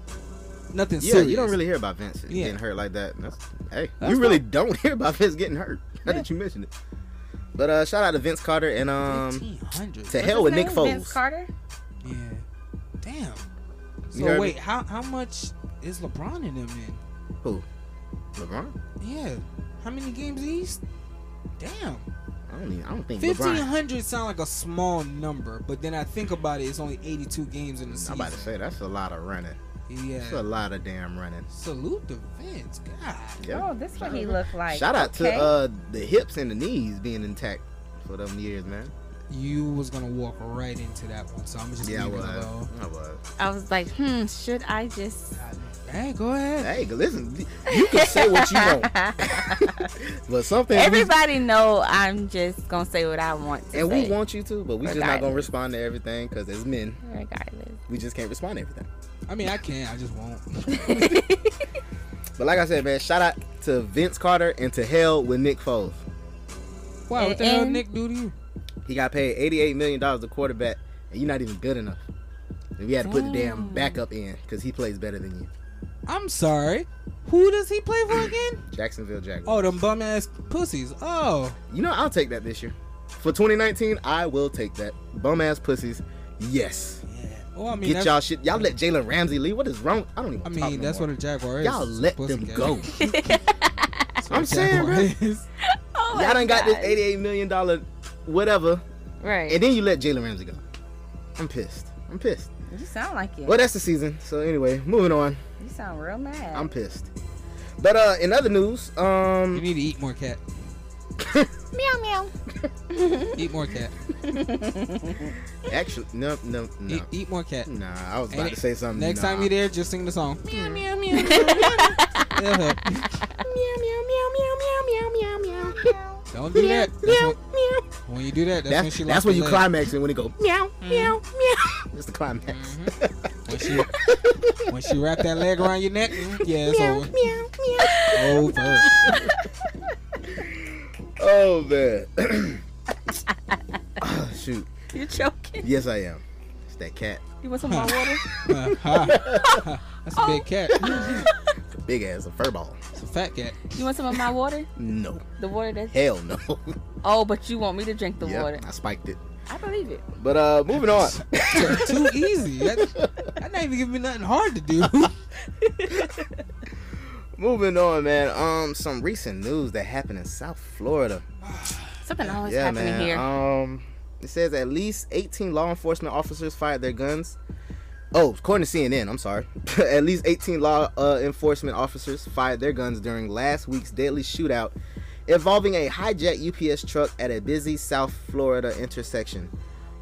nothing
Yeah,
serious.
you don't really hear about Vince
Yeah.
getting hurt like that. That's, hey,
That's
you really don't hear about Vince getting hurt. How did you mention it? But uh, shout out to Vince Carter and um,
1500.
to hell with Nick
Vince
Foles.
Carter.
yeah, damn.
You
So
heard
wait,
me?
how how much is LeBron in them in?
Who? LeBron?
Yeah, how many games East? Damn,
I don't even. I don't think
fifteen
LeBron.
hundred sound like a small number, but then I think about it, it's only eighty two games in the
I'm
season.
about to say that's a lot of running.
Yeah.
It's a lot of damn running.
Salute the Vince. God.
Oh, this what he looked like.
Shout out
Okay.
to uh the hips and the knees being intact for them years, man.
You was gonna walk right into that one, so I'm just
Yeah, I
leave it
was.
alone.
I was.
I was like, hmm, should I just?
Hey, go ahead.
Hey, listen, you can say what you want, but something we-
Everybody know I'm just gonna say what I want. To
and
say.
we want you to, but we just not
Regardless.
gonna respond to everything because as men,
regardless.
we just can't respond to everything.
I mean, I can. I just won't.
But like I said, man, shout out to Vince Carter and to hell with Nick Foles.
Wow, what the hell, Nick? Do to you?
He got paid eighty-eight million dollars to quarterback, and you're not even good enough. And we had to put the damn
Damn.
backup in because he plays better than you.
I'm sorry. Who does he play for again?
Jacksonville Jaguars.
Oh, them bum ass pussies. Oh.
You know, I'll take that this year. For 2019, I will take that. Bum ass pussies. Yes.
Well, Oh, I mean,
Get
that's-
y'all shit. Y'all let Jalen Ramsey leave. What is wrong? I don't even.
I
talk
mean,
no
that's
more.
what a jaguar is.
Y'all
It's a
let
pussy
them
cat.
go.
That's what Oh
I'm
a
saying,
jaguar
bro.
is.
y'all
Oh, my
done got this
God.
88 million dollar, whatever.
Right.
And then you let Jalen Ramsey go. I'm pissed. I'm pissed.
You sound like it.
Well, that's the season. So anyway, moving on.
You sound real mad.
I'm pissed. But uh, in other news, um, you
need to eat more cat.
meow meow.
Eat more cat.
Actually, no, no, no.
Eat, eat more cat.
Nah, I was about to say something.
Next
nah.
time you there, just sing the song.
Meow meow meow meow meow
It'll help.
meow meow meow meow.
Don't do that. That's when,
meow.
when you do that, that's,
That's,
when she
that's
lost
when
her
you
leg.
climax and when it go.
meow meow
Mm-hmm.
meow.
That's the climax.
When she, when she wrap that leg around your neck, mm, yeah, it's
Meow,
over.
meow,
Over.
Oh man. Ah, shoot.
You're choking.
Yes, I am. It's that cat.
You want some more water?
That's a big cat.
Oh.
Big ass, a fur ball.
It's a fat cat.
You want some of my water?
No.
The water that.
Hell no.
Oh, but you want me to drink the
Yeah,
water?
I spiked it.
I believe it.
But uh, moving on.
Too easy. That, that not even giving me nothing hard to do.
Uh, moving on, man. Um, some recent news that happened in South Florida.
Something always
yeah,
happening
man.
here.
Um, it says at least 18 law enforcement officers fired their guns. Oh, according to CNN, I'm sorry. at least 18 law uh, enforcement officers fired their guns during last week's deadly shootout involving a hijacked UPS truck at a busy South Florida intersection.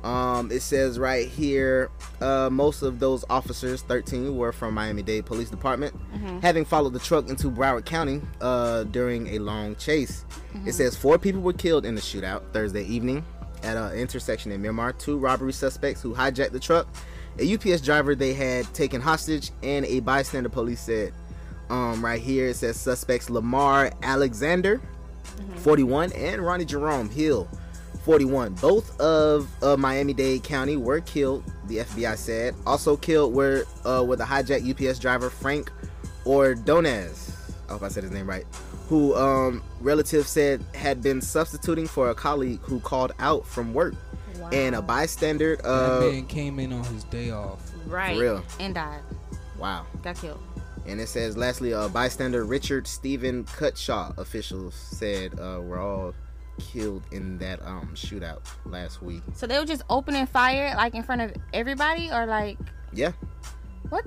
Um, it says right here, uh, most of those officers, 13, were from Miami-Dade Police Department,
Mhm.
having followed the truck into Broward County uh, during a long chase. It
Mhm.
says four people were killed in the shootout Thursday evening at an intersection in Miramar. Two robbery suspects who hijacked the truck, a UPS driver they had taken hostage, and a bystander. Police said. Um, right here it says suspects Lamar Alexander, 41, and Ronnie Jerome Hill, 41. Both of uh, Miami-Dade County were killed. The FBI said also killed were uh, were the hijacked UPS driver Frank Ordonez. I hope I said his name right. Who um, relatives said had been substituting for a colleague who called out from work, and a bystander. Uh,
that man came in on his day off.
Right.
real.
And died.
Wow.
Got killed.
And it says, lastly, uh, bystander Richard Stephen Cutshaw officials said uh, were all killed in that um, shootout last week.
So they were just opening fire like in front of everybody, or like
Yeah.
what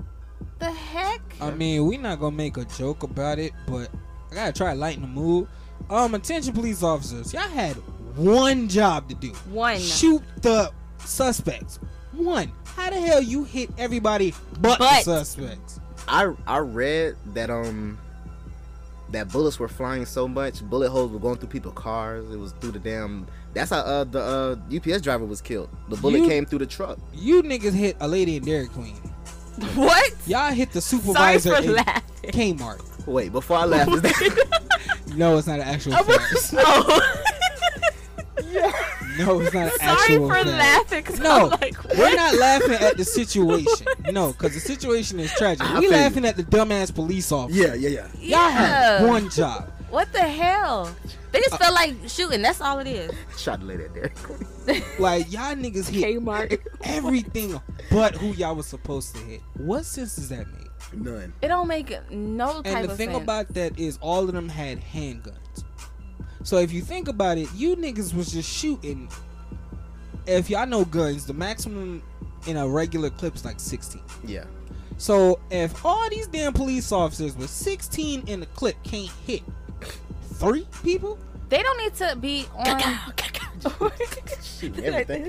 the heck?
I mean, we not gonna make a joke about it, but I gotta try to lighten the mood. Um, attention, police officers, y'all had one job to do.
One.
Shoot the suspects. One. How the hell you hit everybody but,
But-
the suspects?
I I read that um that bullets were flying so much, bullet holes were going through people's cars. It was through the damn. That's how uh, the uh, UPS driver was killed. The bullet
You-
came through the truck.
You niggas hit a lady in Dairy Queen.
What?
Y'all hit the supervisor
for
in
laughing.
Kmart.
Wait, before I laugh, is that
No, it's not an actual fact. No, it's not an actual fact.
Cause
No,
I'm like,
we're not laughing at the situation. No, because the situation is tragic.
I
We
feel
laughing at the dumbass police officer.
Yeah, yeah, yeah.
Y'all had
Yeah.
one job.
What the hell? They just felt like shooting. That's all it is.
shot the lady at Dairy Queen?
Like y'all niggas hit e-, everything but who y'all was supposed to hit. What sense does that make?
None.
It don't make no type
And the
of
thing
sense.
about that is all of them had handguns. So if you think about it, you niggas was just shooting. If y'all know guns, the maximum in a regular clip is like 60.
Yeah.
So if all these damn police officers with 16 in the clip can't hit three people,
They don't need to be on.
Shooting everything.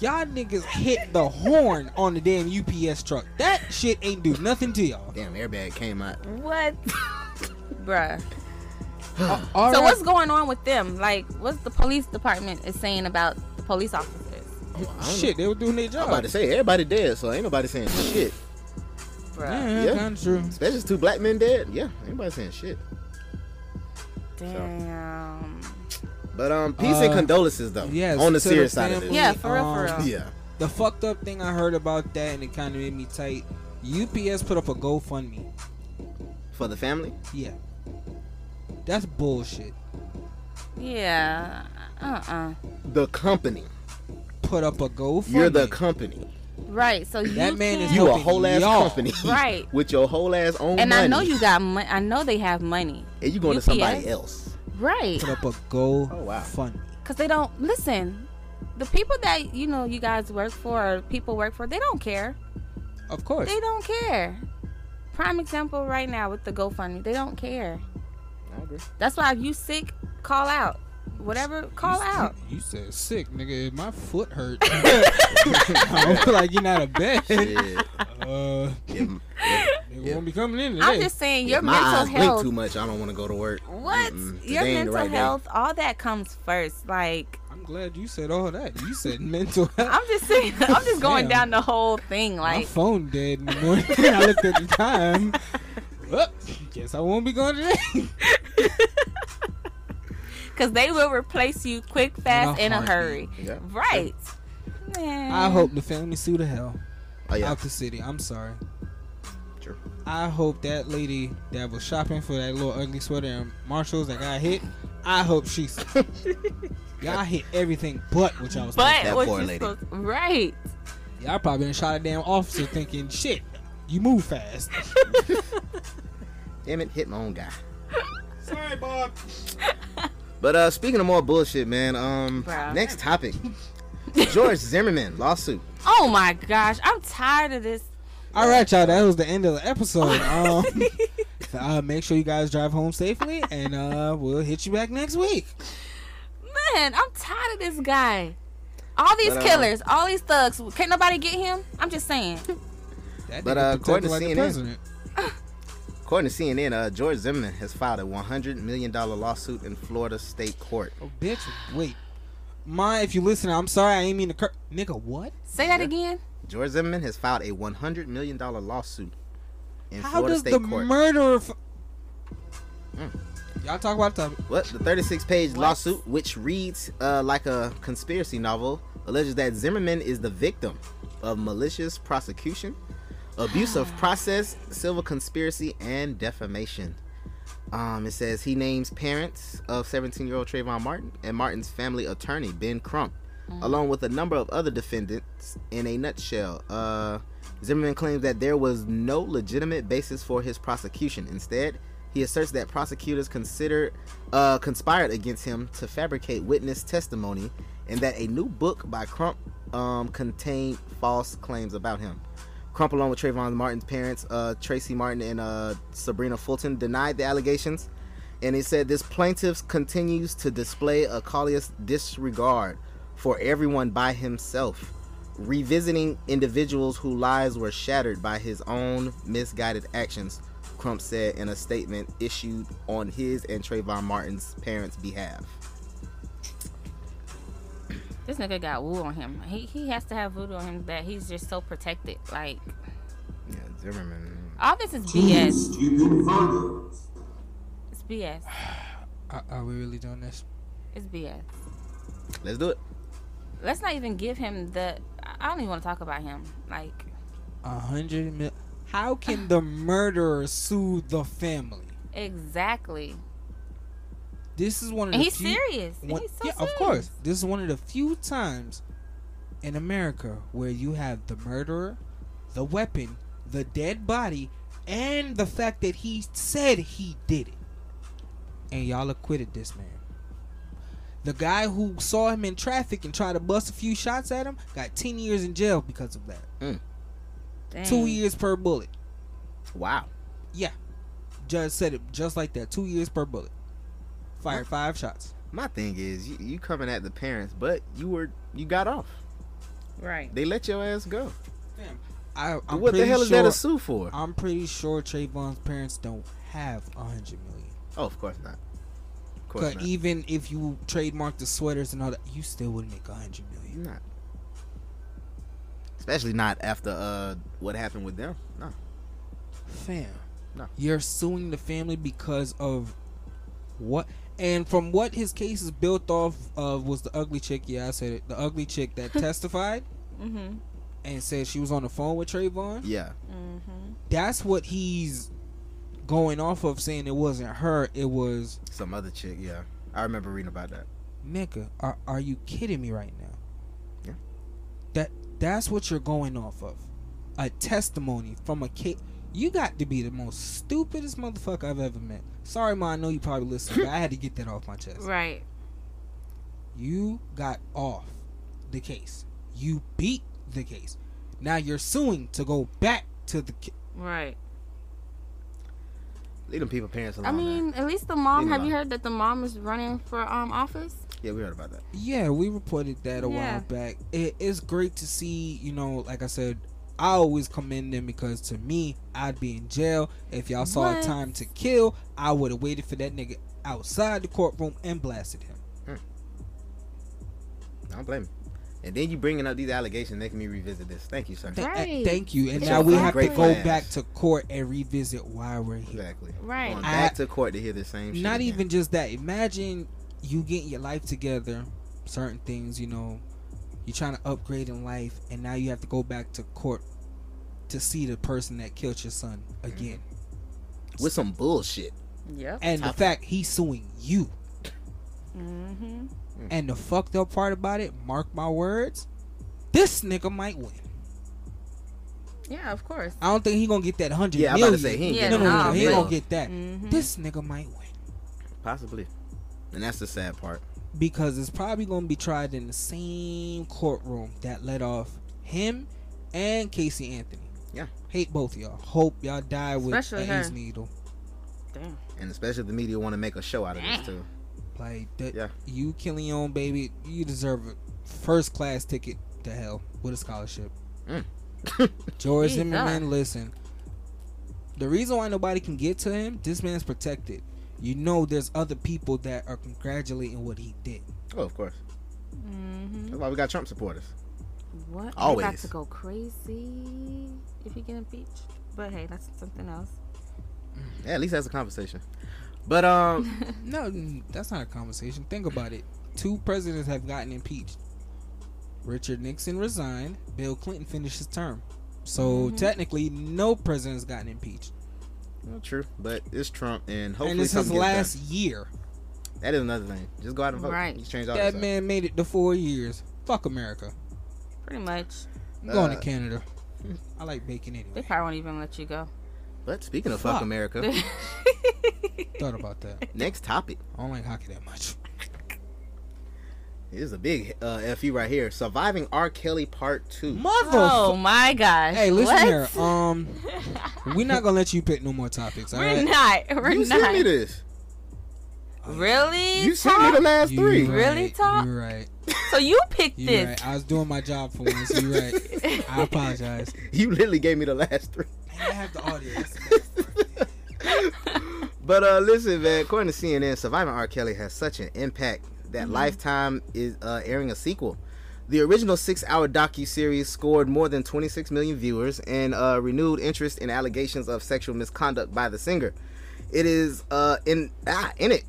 y'all niggas hit the horn on the damn UPS truck. That shit ain't do nothing to y'all.
Damn, airbag came out.
what? Bruh.
all
so
right.
what's going on with them? Like, what's the police department is saying about the police officers?
Shit, they were doing their job.
I'm about to say everybody dead, so ain't nobody saying shit.
Yeah, kinda true.
Especially two black men dead. Yeah, ain't nobody saying shit.
Damn.
But um, peace and
Uh,
condolences though.
Yes,
on the
to
serious side of this.
family, um,
Yeah.
The fucked up thing I heard about that and it kind of made me tight. UPS put up a GoFundMe.
For the family?
Yeah. That's bullshit.
Yeah. Uh-uh.
The company.
Put up a GoFundMe.
You're the company.
Right. So you
That man is
can't-
You a whole ass company.
Right.
With your whole ass own
And
money.
I know you got money. I know they have money.
And you going to somebody else.
Right.
Put up a GoFundMe. Oh wow.
Because they don't listen. The people that you know you guys work for, or people work for, they don't care.
Of course.
They don't care. Prime example right now with the GoFundMe, they don't care.
I agree.
That's why if you sick, call out. Whatever, call out.
You said sick, nigga. My foot hurt. I was like, you're not a bed. Uh, They won't be coming in today.
I'm just saying your
If my
mental
eyes blink
health.
too much. I don't want to go to work.
What?
Mm-mm.
Your
Today ain't the
mental
right day.
health, all that comes first. Like
I'm glad you said all that. You said mental health.
I'm just saying, I'm just going
Damn.
down the whole thing.
My
Like
phone dead in the morning. I looked at the time. Well, guess I won't be going today.
Because they will replace you quick, fast, in a, hurry.
heartbeat. Yeah.
Right. Man.
I hope the family sue the hell
oh, yeah.
out the city. I'm sorry.
Sure.
I hope that lady that was shopping for that little ugly sweater in Marshalls that got hit. I hope she's. y'all hit everything but what y'all was. supposed to
But
do.
what you supposed right?
Y'all probably done shot a damn officer thinking, shit, you move fast.
Damn it, hit my own guy.
Sorry, Bob.
But uh speaking of more bullshit, man, um
Bruh.
next topic. George Zimmerman lawsuit.
Oh my gosh, I'm tired of this.
All right, y'all. That was the end of the episode. Um, uh, make sure you guys drive home safely, and uh, we'll hit you back next week.
Man, I'm tired of this guy. All these
But, uh,
killers, all these thugs. Can't nobody get him? I'm just saying.
That nigga
But, uh,
protected
according to
like the
CNN
president.
According to CNN, uh, George Zimmerman has filed a $100 million lawsuit in Florida state court.
Oh, bitch, wait. My, if you listen, I'm sorry, I ain't mean to cur- Nigga, what?
Say that again.
George Zimmerman has filed a $100 million lawsuit in
How
Florida
does
state
the
court. Mm.
murderer? F- Y'all talk about the
What? The 36 page lawsuit, which reads uh, like a conspiracy novel, alleges that Zimmerman is the victim of malicious prosecution, abuse of
Ah.
process, civil conspiracy, and defamation. Um, it says he names parents of 17 year old Trayvon Martin and Martin's family attorney, Ben Crump, along with a number of other defendants in a nutshell. Uh, Zimmerman claims that there was no legitimate basis for his prosecution. Instead, he asserts that prosecutors considered uh, conspired against him to fabricate witness testimony and that a new book by Crump um, contained false claims about him. Crump, along with Trayvon Martin's parents, uh, Tracy Martin and uh, Sabrina Fulton, denied the allegations. And he said this plaintiff continues to display a callous disregard for everyone by himself, revisiting individuals whose lives were shattered by his own misguided actions, Crump said in a statement issued on his and Trayvon Martin's parents' behalf.
This nigga got woo on him. He he has to have voodoo on him that he's just so protected. Like
Yeah, Zimmerman.
all this is BS. It's BS.
Are, are we really doing this?
It's BS.
Let's do it.
Let's not even give him the. I don't even want to talk about him. Like
A hundred mil. How can the murderer sue the family?
exactly.
This is one of
And
the
he's
few-
serious.
one-
He's so
yeah, of course. This is one of the few times in America where you have the murderer, the weapon, the dead body, and the fact that he said he did it. And y'all acquitted this man. The guy who saw him in traffic and tried to bust a few shots at him got 10 years in jail because of that. Two
Dang.
years per bullet.
Wow.
Yeah. Judge said it just like that. Two years per bullet. Fired five shots.
My thing is, you, you coming at the parents, but you were you got off.
Right.
They let your ass go.
I, I'm
What the
pretty
hell is that
sure-
a sue for?
I'm pretty sure Trayvon's parents don't have a hundred million.
Oh, of course not. Of course
Cause
not.
even if you trademark the sweaters and all that, you still wouldn't make a hundred million.
Not. Especially not after uh what happened with them. No.
Fam.
No.
You're suing the family because of what? And from what his case is built off of was the ugly chick. Yeah, I said it. The ugly chick that testified
Mm-hmm.
and said she was on the phone with Trayvon.
Yeah.
Mm-hmm.
That's what he's going off of, saying it wasn't her. It was
Some other chick, yeah. I remember reading about that.
nigga. Are, are you kidding me right now?
Yeah.
That that's what you're going off of. A testimony from a kid. You got to be the most stupidest motherfucker I've ever met. Sorry, ma. I know you probably listening, but I had to get that off my chest.
Right.
You got off the case. You beat the case. Now you're suing to go back to the. Ki-
Right.
Leave them people parents alone.
I
man.
mean, at least the mom.
Leave
Have you
alone.
heard that the mom is running for um office?
Yeah, we heard about that.
Yeah, we reported that a
Yeah.
while back. It, it's great to see, you know, like I said, I always commend them because to me, I'd be in jail. If y'all saw
What?
a time to kill, I would have waited for that nigga outside the courtroom and blasted him.
I don't blame you. And then you bringing up these allegations, making me revisit this. Thank you, sir.
Th- uh, thank you. And
It's
now
your
we
fucking
have to
great
go
class.
back to court and revisit why we're here.
Exactly.
Right.
Going back
I-
to court to hear the same shit.
not
again.
even just that. Imagine you getting your life together, certain things, you know, you're trying to upgrade in life, and now you have to go back to court to see the person that killed your son
Mm-hmm.
again.
with some bullshit.
Yep.
And the fact he's suing you.
Mm-hmm.
Mm.
And the fucked up part about it, mark my words, this nigga might win.
Yeah, of course.
I don't think he gonna get that hundred
Yeah, I'm about
million.
to say, he ain't
Yeah,
no,
getting
no, no,
that.
no, he
nah,
don't
but-
get that.
Mhm.
This nigga might win.
Possibly. And that's the sad part.
because it's probably going to be tried in the same courtroom that let off him and Casey Anthony.
Yeah.
Hate both of y'all. Hope y'all die with
Especially
an ace
her.
needle.
Damn.
And especially the media want to make a show out of this too.
Like that
Yeah.
you killing your own baby, you deserve a first class ticket to hell with a scholarship.
Mm.
George
Jesus.
Zimmerman, listen. The reason why nobody can get to him, this man's protected. You know there's other people that are congratulating what he did.
Oh, of course.
Mm-hmm.
That's why we got Trump supporters.
What? Always. About
Always.
to go crazy if you get impeached. But hey, that's something else.
Yeah, at least that's a conversation. But um,
No, n- that's not a conversation. Think about it. Two presidents have gotten impeached. Richard Nixon resigned. Bill Clinton finished his term. So technically, no president's gotten impeached,
well, true. But it's Trump, and hopefully
and this is
something
his
gets
last year.
done. That is another thing. Just go out and vote.
Right.
Just change all
That
this up.
man made it to four years. Fuck America.
Pretty much.
I'm going
Uh,
to Canada. I like bacon anyway.
They probably won't even let you go.
But speaking of fuck,
Fuck.
America,
Thought about that.
next topic
I don't like hockey that much.
This is a big uh, fu right here. Surviving R. Kelly Part Two.
Motherfucker.
oh my gosh.
Hey, listen
what?
here. Um, we're not gonna let you pick no more topics. All
We're
right?
not. We're
you
not.
sent me this.
Really?
You sent me the
Tom?
last
You
three.
Really,
right,
Tom?
You right.
So you picked
You
this.
right. I was doing my job for once. You right. I apologize.
You literally gave me the last three.
I have the audience.
But uh, listen, man. According to CNN, surviving R. Kelly has such an impact that Lifetime is uh, airing a sequel. The original six-hour docu-series scored more than 26 million viewers and uh, renewed interest in allegations of sexual misconduct by the singer. It is uh, in ah, in it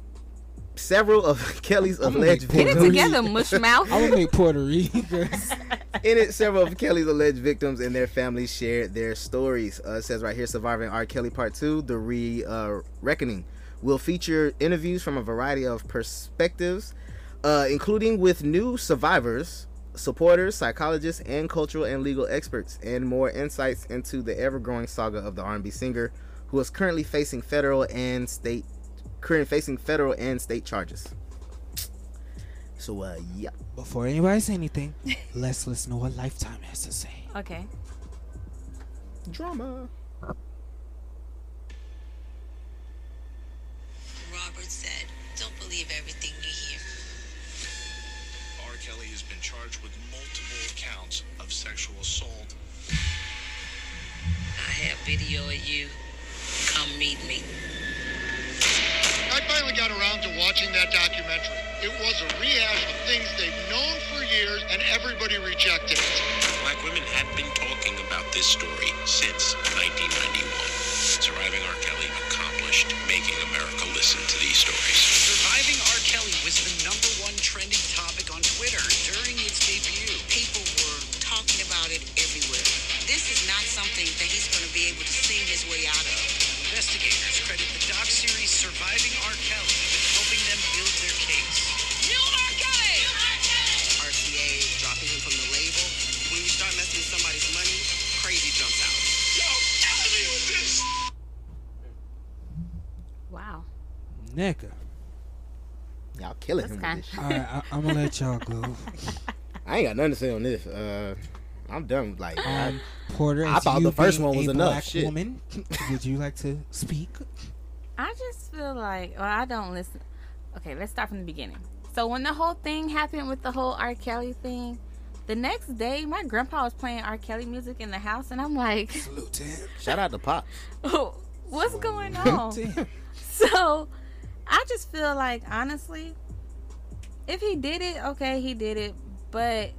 several of Kelly's
gonna make
alleged
Puerto
Get
victims.
it together, mush mouth.
I would make Puerto Ricans.
In it, several of Kelly's alleged victims and their families shared their stories. Uh, it says right here, "Surviving R. Kelly Part Two: The Re uh, Reckoning" will feature interviews from a variety of perspectives, uh, including with new survivors, supporters, psychologists, and cultural and legal experts, and more insights into the ever-growing saga of the R&B singer, who is currently facing federal and state, current facing federal and state charges. So, uh, yeah.
Before anybody say anything, let's listen to what Lifetime has to say.
Okay.
Drama.
Robert said, Don't believe everything you hear.
R. Kelly has been charged with multiple counts of sexual assault.
I have video of you. Come meet me.
I finally got around to watching that documentary. It was a rehash of things they've known for years, and everybody rejected it.
Black women have been talking about this story since 1991. Surviving R. Kelly accomplished making America listen to these stories.
Surviving R. Kelly was the number one trending topic on Twitter during its debut. People were talking about it everywhere.
This is not something that he's going to be able to sing his way out of.
Investigators credit the doc series Surviving R. Kelly with helping them build their case.
You are gay!
RCA dropping him from the label. When you start messing with somebody's money, crazy jumps out. Yo, help me with this.
Wow.
Nigga.
Y'all killing
That's
him
kind.
with this shit.
All right, I, I'm gonna let y'all go.
I ain't got nothing to say on this. Uh, I'm done. Like, I-
Um, Porter,
I
as
thought
you
the first
being
one was
a
enough.
Black
Shit.
woman, would you like to speak?
I just feel like, well, I don't listen. Okay, let's start from the beginning. So when the whole thing happened with the whole R. Kelly thing, the next day my grandpa was playing R. Kelly music in the house, and I'm like,
shout out to Pop.
what's going
Oh,
on? so I just feel like, honestly, if he did it, okay, he did it. But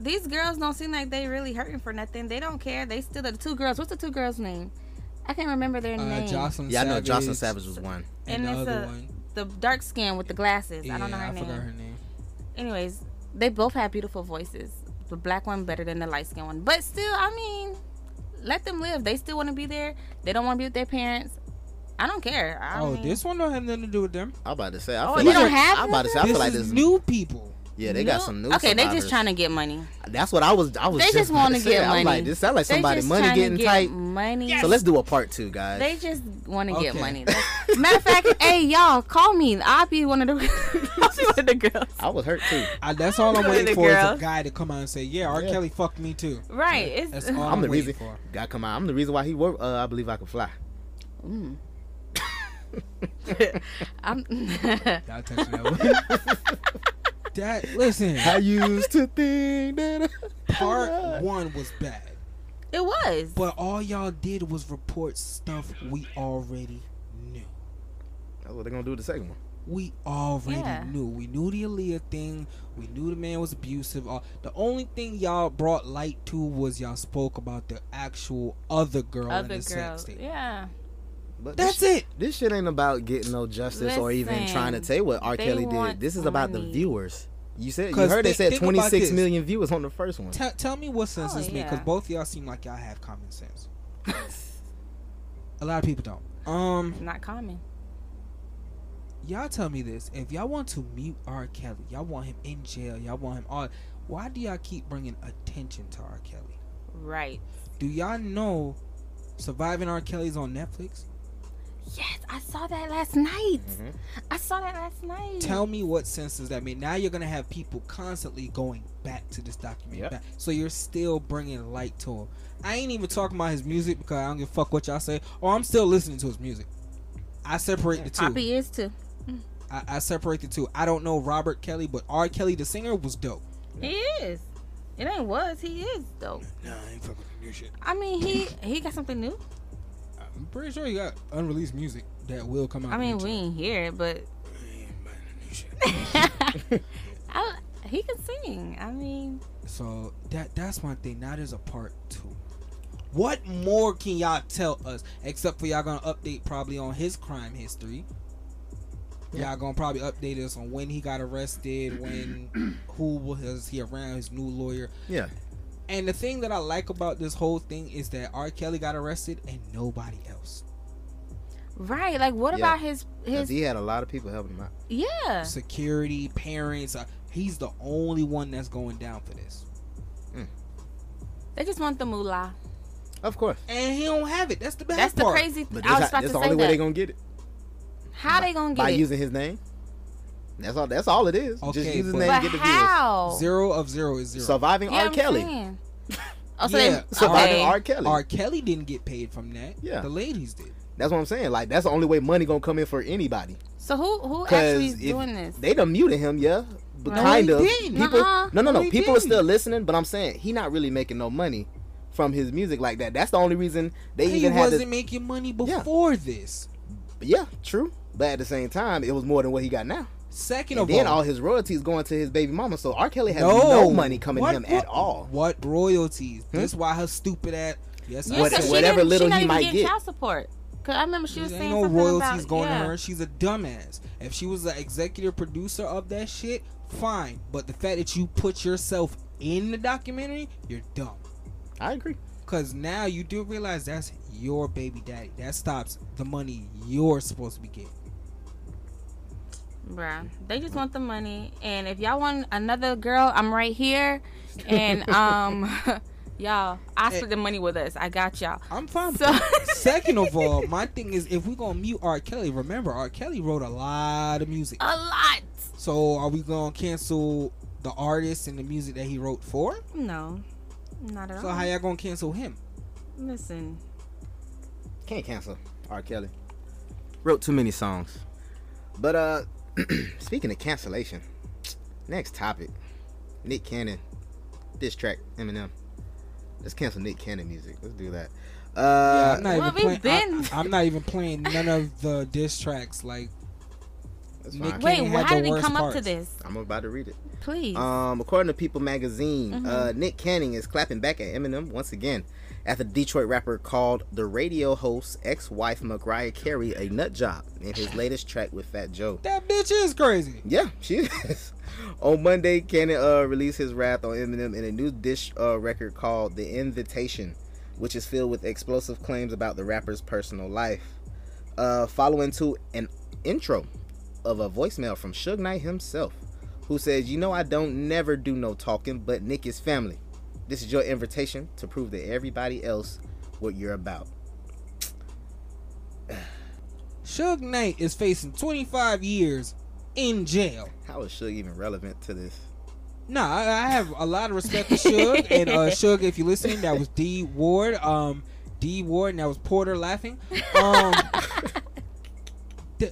these girls don't seem like they really hurting for nothing. They don't care. They still the two girls. What's the two girls' name? I can't remember their
Uh,
name.
Jocelyn
Yeah, I
Savage.
know Jocelyn Savage was one.
and,
the
it's
other
a,
one.
the dark skin with the glasses. I don't know her
I
name.
forgot her name.
Anyways, they both have beautiful voices. The black one better than the light skin one, but still, I mean, let them live. They still want to be there. They don't want to be with their parents. I don't care. I
oh,
mean,
this one don't have nothing to do with them.
I'm about to say. I feel
you
like,
don't have
I'm about to say. I
this
feel like
is
this.
new people.
Yeah, they got some new.
Okay, they just
survivors.
trying to get money.
That's what I was. I was.
They just
about
want to
say.
get
I'm
money.
like, this sound like
They
somebody
just
money
tryna
getting
get
tight.
Money.
So let's do a part two, guys.
They just want to get
Okay.
money. That's- Matter of fact, hey y'all, call me. I'll be one of the. I'll be one of the girls.
I was hurt too.
I, that's all I'm
Go to
waiting
the
for is
girl.
a guy to come out and say, "Yeah, R.
Yeah.
Kelly fucked me too."
Right. It's,
That's all
I'm
I'm,
the
waiting
reason.
for.
God, come on. I'm the reason why he worked. Uh, I believe I can fly.
Mm. I'm.
Y'all touching that one. that listen. I
used to think that
part one was bad,
It was.
but all y'all did was report stuff we already knew.
That's what they're gonna do with the second one.
We already
Yeah.
knew. We knew the Aaliyah thing. We knew the man was abusive. All- The only thing y'all brought light to was y'all spoke about the actual other girl
Other
in the
girls.
sex tape.
Yeah.
But
That's
this, it. This shit ain't about getting no justice or even
Listen,
trying to tell you what R.
they
Kelly
want
did. This is about the
money.
viewers. You said you
'Cause
heard they
thi-
said
think about
26
this.
million viewers on the first one.
Tell, tell me what sense
Oh,
this makes,
yeah.
because both of y'all seem like y'all have common sense. A lot of people don't. Um,
Not common.
y'all tell me this: if y'all want to mute R. Kelly, y'all want him in jail, y'all want him all. Why do y'all keep bringing attention to R. Kelly?
Right.
Do y'all know Surviving R. Kelly's on Netflix?
Yes, I saw that last night.
Mm-hmm.
I saw that last night.
Tell me what sense does that make? Now you're gonna have people constantly going back to this document,
Yep.
back. so you're still bringing light to him. I ain't even talking about his music because I don't give a fuck what y'all say. Or I'm still listening to his music. I separate the two.
Poppy is too.
I, I separate the two. I don't know Robert Kelly, but R. Kelly the singer was dope.
He is. It ain't was. He is though.
Nah, I ain't fucking with new shit.
I mean, he he got something new.
I'm pretty sure he got unreleased music that will come out.
I mean,
Mm-hmm.
we ain't hear it, but. I, he can sing. I mean,
so that that's my thing. Now there's a part two. What more can y'all tell us except for y'all gonna update probably on his crime history? Y'all gonna probably update us on when he got arrested, when who was he around, his new lawyer.
Yeah.
And the thing that I like about this whole thing is that R. Kelly got arrested and nobody else.
right? Like, what
Yeah.
about his his?
Because he had a lot of people helping him out.
yeah.
security, parents. Uh, he's the only one that's going down for this,
They just want the moolah.
Of course.
and he don't have it. That's the bad
That's the
part.
crazy. Th-
But this-
I was about
that's
to
the
say
only way
that.
they gonna get it
how they gonna get
by
it?
using his name. That's all. That's all it is. Just
Okay,
use his
but-
name.
but
and get the viewers.
how?
Zero of zero is zero.
Surviving
Yeah,
R.
I'm
Kelly.
saying. Oh, so they-
So why did
okay.
R. Kelly?
R. Kelly didn't get paid from that.
Yeah.
The ladies did.
That's what I'm saying. Like that's the only way money gonna come in for anybody.
So who who
'Cause
actually is
if-
doing this?
They done muted him, yeah. But
No,
kind
he
of
didn't.
people.
Nuh-uh.
No, no,
No,
no.
he
people are still listening, but I'm saying he not really making no money from his music like that. That's the only reason they
He
even had.
wasn't
to-
making money before this.
Yeah, true. But at the same time, it was more than what he got now.
Second
and
of
then
all-
all his royalties going to his baby mama. So R. Kelly has no,
no,
money coming to
What
him
ro-
at all. Hmm?
What royalties? That's why her stupid ass. Yes,
Yeah, What- so she whatever didn't- she little not he even might getting get.
child support. Cause I remember she was
There
saying
ain't no
something
royalties
about
going
yeah.
to her. She's a dumbass. If she was the executive producer of that shit, fine. But the fact that you put yourself in the documentary, you're dumb.
I agree.
Cause now you do realize that's your baby daddy. That stops the money you're supposed to be getting.
Bruh, they just want the money. And if y'all want another girl, I'm right here. And um, y'all, I split the money with us. I got y'all.
I'm fine. Second of all, my thing is if we're gonna mute R. Kelly, remember R. Kelly wrote a lot of music.
A lot.
So are we gonna cancel the artist and the music that he wrote for?
No, not at
So
all.
how y'all gonna cancel him?
Listen,
Can't cancel R. Kelly. Wrote too many songs. But uh speaking of cancellation, next topic. Nick Cannon. Diss track, Eminem. Let's cancel Nick Cannon music. Let's do that.
Yeah,
Uh
I'm not even playing. I, am not even playing none of the diss tracks. Like,
fine.
Wait,
Cannon
why
had the
did it
worst
come up to
parts.
this?
I'm about to read it.
Please.
Um, according to People Magazine, uh,
Mm-hmm.
Nick Canning is clapping back at Eminem once again after the Detroit rapper called the radio host's ex-wife Mariah Carey a nut job in his latest track with Fat Joe.
That bitch is crazy.
Yeah, she is. on Monday, Cannon uh, released his wrath on Eminem in a new dish uh, record called The Invitation, which is filled with explosive claims about the rapper's personal life. Uh, following to an intro of a voicemail from Suge Knight himself, who says, You know, I don't never do no talking, but Nick is family. This is your invitation to prove to everybody else what you're about.
Suge Knight is facing 25 years in jail.
How is Suge even relevant to this?
Nah, I, I have a lot of respect for Suge and uh, Suge. If you're listening, that was D Ward. Um, D Ward, and that was Porter laughing. Um, d-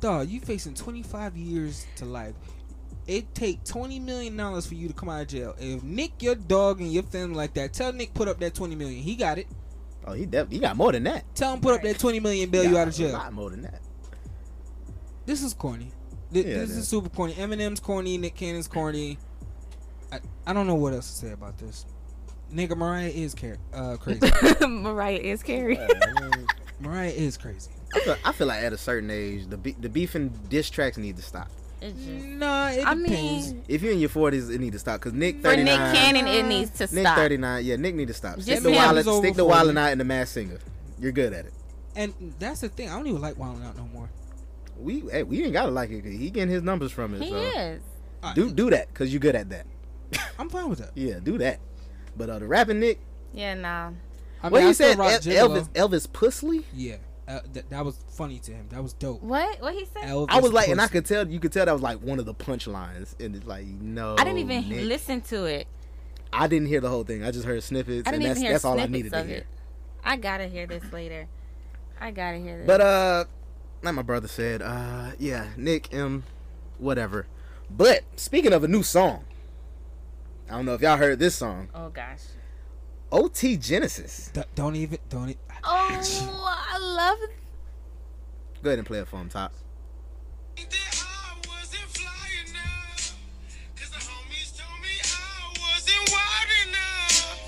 dog, you facing 25 years to life. It take 20 million dollars for you to come out of jail. If Nick, your dog, and your family like that, tell Nick put up that 20 million. He got it.
Oh, he def- he got more than that.
Tell him put up that 20 million bail
He
you
got
out of
a
jail.
lot more than that.
This is corny. Th-
Yeah, it
this is
is.
super corny. Eminem's corny. Nick Cannon's corny. I, I don't know what else to say about this. Nigga, Mariah is car- uh, crazy.
Mariah is Carrie.
Mariah is crazy.
I feel, I feel like at a certain age, the be- the beef and diss tracks need to stop.
nah, it
Mm. I
depends.
mean,
If you're in your forties, it need to stop. Cause Nick
For
thirty
Nick
nine.
Cannon, it needs to
Nick
stop.
thirty nine. Yeah, Nick need to stop.
Just
Stick the
him.
wild,
It's over
stick the
for
wild
you.
and out and the mass singer. You're good at it.
And that's the thing. I don't even like Wildin' Out no more.
We hey, we ain't gotta like it. 'cause He getting his numbers from it.
he
so.
is.
Do do that, cause you good at that.
I'm fine with that.
Yeah, do that. But uh, the rapping Nick,
Yeah, nah.
I
what
mean, I
you
still
said,
rock
El-
Gigolo.
Elvis Elvis Pusley.
Yeah, uh, th- that was funny to him. That was dope.
What? What he said?
Elvis
I was like, and I
Presley.
could tell you could tell that was like one of the punchlines, and it's like no.
I didn't even
Nick.
listen to it.
I didn't hear the whole thing. I just heard snippets,
I didn't
and
even
that's
hear
that's all I
snippets
needed to
of
hear.
it. I gotta hear this later. I gotta hear this.
But uh, like my brother said, uh, yeah, Nick M, whatever. But speaking of a new song, I don't know if y'all heard this song,
oh gosh.
OT Genesis.
D- don't even, don't. e-
Oh, I love.
Go ahead and play it for him, top.
Wasn't wide enough,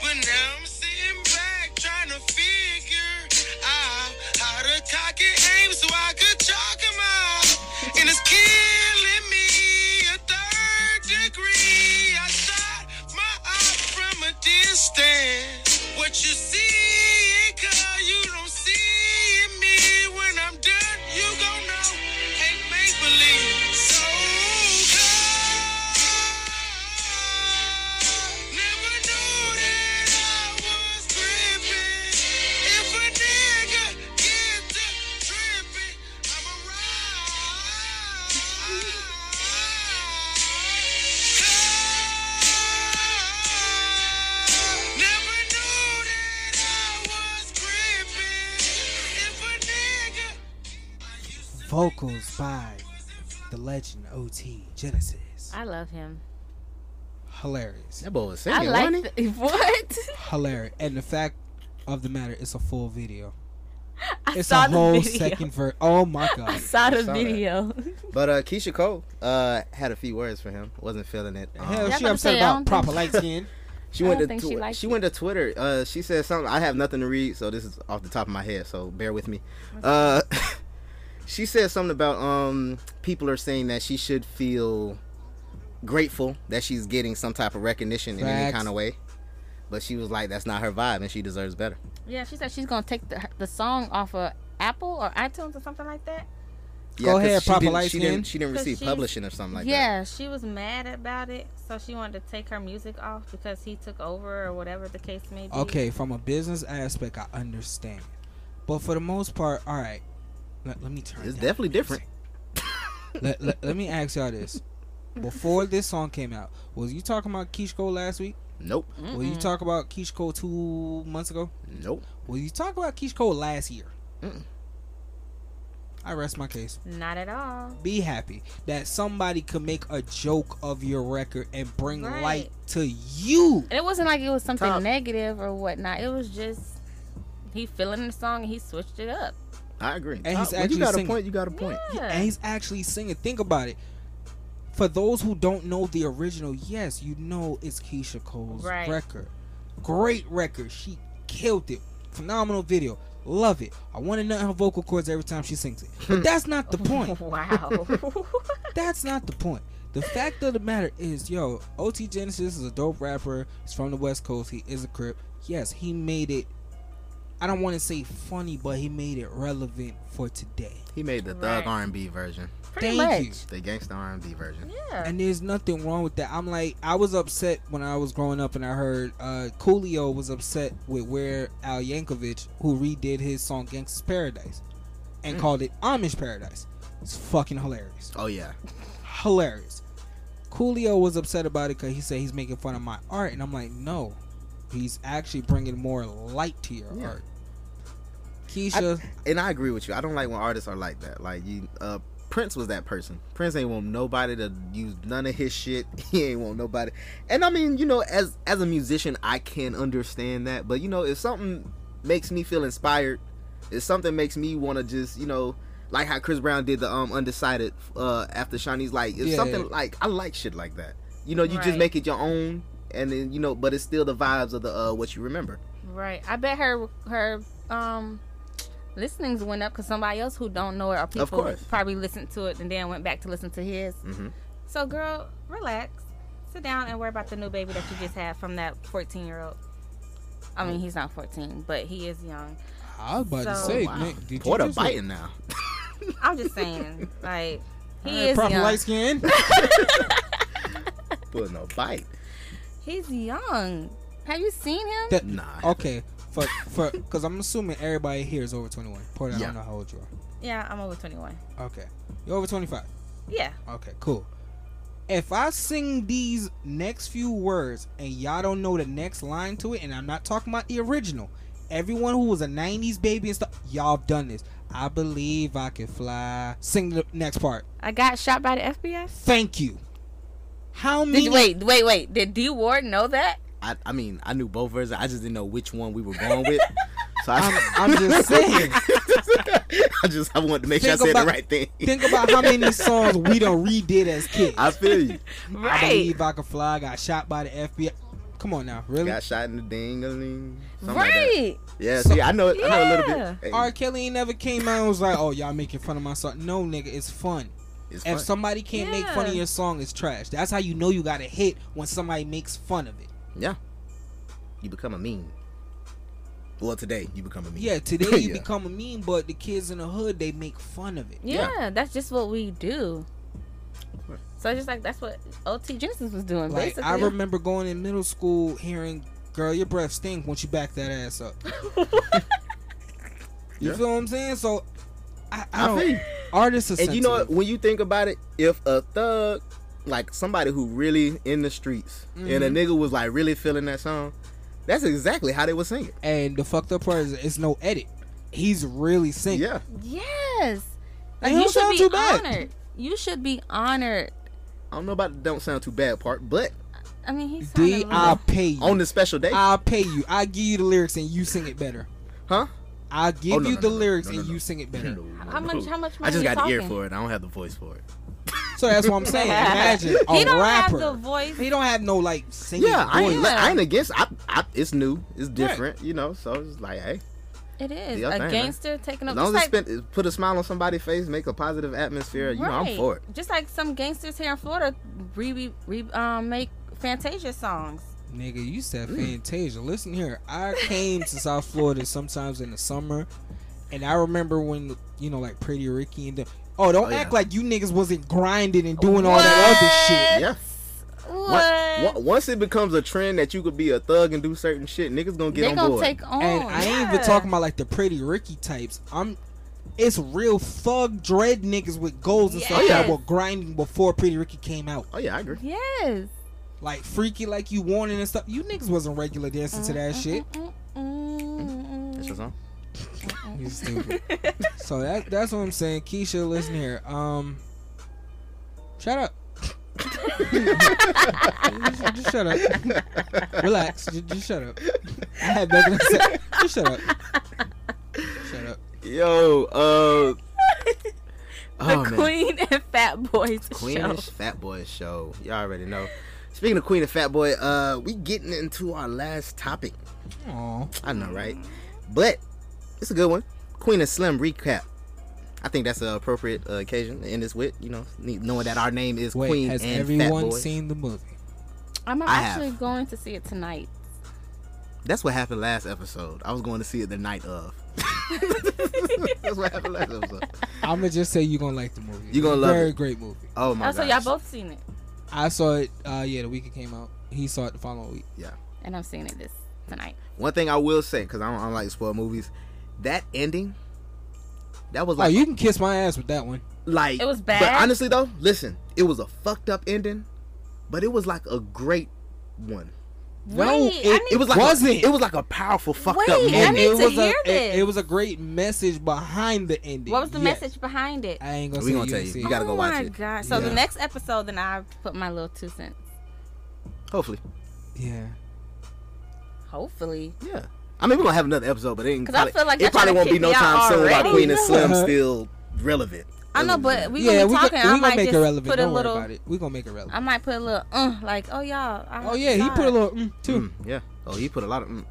but now I'm sitting back trying to figure out how to cock and aim so I could chalk 'em out. And it's killing me a third degree. I shot my eye from a distance. What you see, it, cause you don't see me. When I'm done, you gon' know.
vocals by the legend OT Genesis.
I love him.
Hilarious.
That boy was
I like the, what?
Hilarious. And the fact of the matter, it's a full video.
I
it's
saw
a
the
whole
video.
second verse. Oh my god.
I saw the
saw that.
video.
But uh, Keisha Cole uh, had a few words for him. Wasn't feeling it. Um,
Hell, Yeah, she I'm about to upset say, I about don't proper think- light skin.
she
I
went to
don't think she
Twi-
likes
she went to Twitter. Uh, she said something. I have nothing to read, so this is off the top of my head. So bear with me. Uh, she said something about um people are saying that she should feel grateful that she's getting some type of recognition in any
Facts.
kind of way. But she was like, that's not her vibe, and she deserves better.
Yeah, she said she's gonna take the, the song off of Apple or iTunes or something like that.
Yeah,
Go
'cause
ahead,
she
Papa
didn't-
Light
She didn't.
Skin.
She didn't
'Cause
receive
she-
publishing or something like that.
yeah, she was mad about it, so she wanted to take her music off because he took over or whatever the case may be.
Okay, from a business aspect, I understand. But for the most part, all right. Let, let me turn.
It's
down
definitely
the
different.
music. let, let, let me ask y'all this: Before this song came out, was you talking about Keish Cole last week?
Nope.
Were you
Mm-mm.
talking about Keish Cole two months ago?
Nope.
Were you talking about Keish Cole last year? I rest my case.
Not at all.
Be happy that somebody could make a joke of your record and bring
Right.
light to you.
And it wasn't like it was something
Top.
negative or whatnot. It was just he feeling the song and he switched it up.
I agree.
And he's
Uh, when
actually
you got
singing.
a point. You got a point.
Yeah, and he's actually singing. Think about it. For those who don't know the original, yes, you know it's Keisha Cole's
Right.
record. Great record. She killed it. Phenomenal video. Love it. I want to know her vocal cords every time she sings it. But that's not the point.
wow.
that's not the point. The fact of the matter is, yo, OT Genesis is a dope rapper. He's from the West Coast. He is a Crip. Yes, he made it. I don't want to say funny, but he made it relevant for today.
He made the thug R and B version.
Pretty Thank you. much.
The gangsta R and B version.
And there's nothing wrong with that. I'm like, I was upset when I was growing up and I heard uh, Coolio was upset with where Al Yankovic, who redid his song Gangsta's Paradise and
Mm.
called it Amish Paradise. It's fucking hilarious.
Oh yeah.
Hilarious. Coolio was upset about it because he said he's making fun of my art. And I'm like, no, he's actually bringing more light to your art. Keisha.
and I agree with you. I don't like when artists are like that. Like you, uh, Prince was that person. Prince ain't want nobody to use none of his shit. He ain't want nobody. And I mean, you know, as as a musician, I can understand that. But you know, if something makes me feel inspired, if something makes me want to just, you know, like how Chris Brown did the um undecided uh after Shiny's like, if
Yeah.
something like I like shit like that. You know, you just
Right.
make it your own, and then you know, but it's still the vibes of the uh what you remember.
Right. I bet her her um listenings went up because somebody else who don't know it or people
course.
probably listened to it and then went back to listen to his.
Mm-hmm.
So girl, relax, sit down and worry about the new baby that you just had from that fourteen year old. I mean, he's not fourteen, but he is young.
I was about to
So-
Oh,
say,
Wow.
man, did
Porter
you just
biting now.
I'm just saying, like he
Alright,
is
proper
young.
light skin.
Putting a bite.
He's young. Have you seen him?
That, Okay. For for because I'm assuming everybody here is over 21. Porter, I
Yeah.
don't know how old you are.
yeah, I'm over twenty one.
Okay, you're over 25.
Yeah.
Okay, cool. If I sing these next few words and y'all don't know the next line to it, and I'm not talking about the original, everyone who was a 90s baby and stuff, y'all have done this. I believe I can fly. Sing the next part.
I got shot by the FBI.
Thank you. How
Did-
many?
wait, wait, wait. Did D Ward know that?
I, I mean, I knew both versions. I just didn't know which one we were going with. So I,
I'm just saying.
I just I wanted to make sure I
Think
said
about-
the right thing.
Think about how many songs we done redid as kids.
I feel you.
I believe I can fly. Got shot by the FBI. Come on now, really?
Got shot in the ding a ling.
Right.
Yeah, see, I know, I know a little bit.
R. Kelly ain't never came out and was like, "Oh, y'all making fun of my song." No, nigga, it's fun.
It's
if
fun.
somebody can't make fun of
Yeah.
your song, it's trash. That's how you know you got a hit when somebody makes fun of it.
Yeah. You become a meme. Well, today you become a meme.
Yeah, today you
Yeah.
become a meme, but the kids in the hood they make fun of it.
Yeah, that's just what we do. So it's just like that's what OT Genesis was doing.
Like
basically,
I remember going in middle school hearing, "Girl, your breath stink." Once you back that ass up, you
Yeah.
feel what I'm saying? So I, I,
I
don't.
feel you.
Artists are
and you know what? When you think about it, if a thug, like somebody who really in the streets, and a
Mhm.
nigga was like really feeling that song, that's exactly how they would sing it.
And the fucked up part is it's no edit. He's really singing.
Yeah.
Yes. Like
It
you
don't
should
sound
be
too bad.
honored. You should be honored.
I don't know about the don't sound too bad part, but
I mean, he's
D, I'll pay you.
on this special day,
I'll pay you. I give you the lyrics and you sing it better.
Huh?
I'll give
Oh, no,
you
no,
the
no, no,
lyrics
no, no,
and
no.
you sing it better.
how much? How much?
I
money
just
you
got the
talking?
ear for it. I don't have the voice for it.
So that's what I'm saying. Imagine a
He don't have
rapper.
the voice.
He don't have no like singing
Yeah, I ain't,
voice.
I ain't against. I, I, it's new. It's different. You know, so it's like, hey,
It is
Yeah,
a
thing, man.
gangster taking
as
up.
long
Just
as
like,
it spent, put a smile on somebody's face, make a positive atmosphere. You know, I'm for it.
Just like some gangsters here in Florida re, re, re um, make Fantasia songs.
Nigga, you said
Mm.
Fantasia. Listen here, I came to South Florida sometimes in the summer, and I remember when you know like Pretty Ricky and the. Oh, don't
Oh,
act
yeah.
like you niggas wasn't grinding and doing all that other shit.
Yeah. Once, on- once it becomes a trend that you could be a thug and do certain shit, niggas gonna get
They
on
gonna
board.
take on.
And I ain't even
yeah.
talking about like the Pretty Ricky types. I'm. It's real thug dread niggas with goals and stuff that
Yes.
were grinding before Pretty Ricky came out.
Oh yeah, I agree.
Yes.
Like freaky, like you wanted and stuff. You niggas wasn't regular dancing to that shit.
Mm-hmm.
That's your song.
You stupid. so that that's what I'm saying. Keisha, listen here. Um, shut up. just, just shut up. Relax. Just, just shut up. I had nothing to say. Just shut up. Shut up.
Yo, uh,
The
oh, man.
Queen and Fat Boys
Queen
show.
and Fat Boy show. Y'all already know. Speaking of Queen and Fat Boy, uh, we getting into our last topic.
Aw.
I know, right? But it's a good one. Queen and Slim recap. I think that's an appropriate uh, occasion to end this with. You know, ne- knowing that our name is
Wait,
Queen
has
and Fat
everyone
Boy.
seen the movie?
I'm
I have.
actually going to see it tonight.
That's what happened last episode. I was going to see it the night of. That's what happened last episode.
I'm gonna just say you're gonna like the movie.
You gonna love
Very
it.
great movie.
Oh my
oh, so
god.
y'all both seen it,
I saw it. Uh, yeah, the week it came out. He saw it the following week.
Yeah.
and I'm seeing it this tonight.
One thing I will say, because I don't, I don't like to spoil movies, that ending, that was
oh,
like
you can kiss my ass with that one.
like
It was
But
bad?
honestly though, listen, it was a fucked up ending, but it was like a great one.
No, Wait, I it- need-
it was like
wasn't.
A, it was like a powerful fucked
Wait,
up
I
movie.
need to
was
hear
a,
this.
It, it was a great message behind the ending.
What was the
Yes.
message behind it?
I ain't gonna
We
say
gonna tell
didn't
you.
see
You
it.
gotta go
oh
watch
my
it.
god! So the
Yeah.
next episode, then I put my little two cents.
Hopefully,
Yeah.
Hopefully,
yeah. I mean, we're gonna have another episode, but it ain't
'Cause I
probably,
feel like y'all
it probably
tryna
won't be
kick
no
me out
time soon. Like
already.
Queen and Slim
Uh-huh.
still relevant.
I know, but we
yeah,
gonna be
we
talking.
gonna, we
I
gonna
might
make
just
it relevant.
put
Don't
a
worry
little.
about it. We gonna make it relevant.
I might put a little. Uh, like oh y'all. I
oh yeah, he
forgot.
put a little mm, too.
Mm, yeah. Oh, he put a lot of, mm,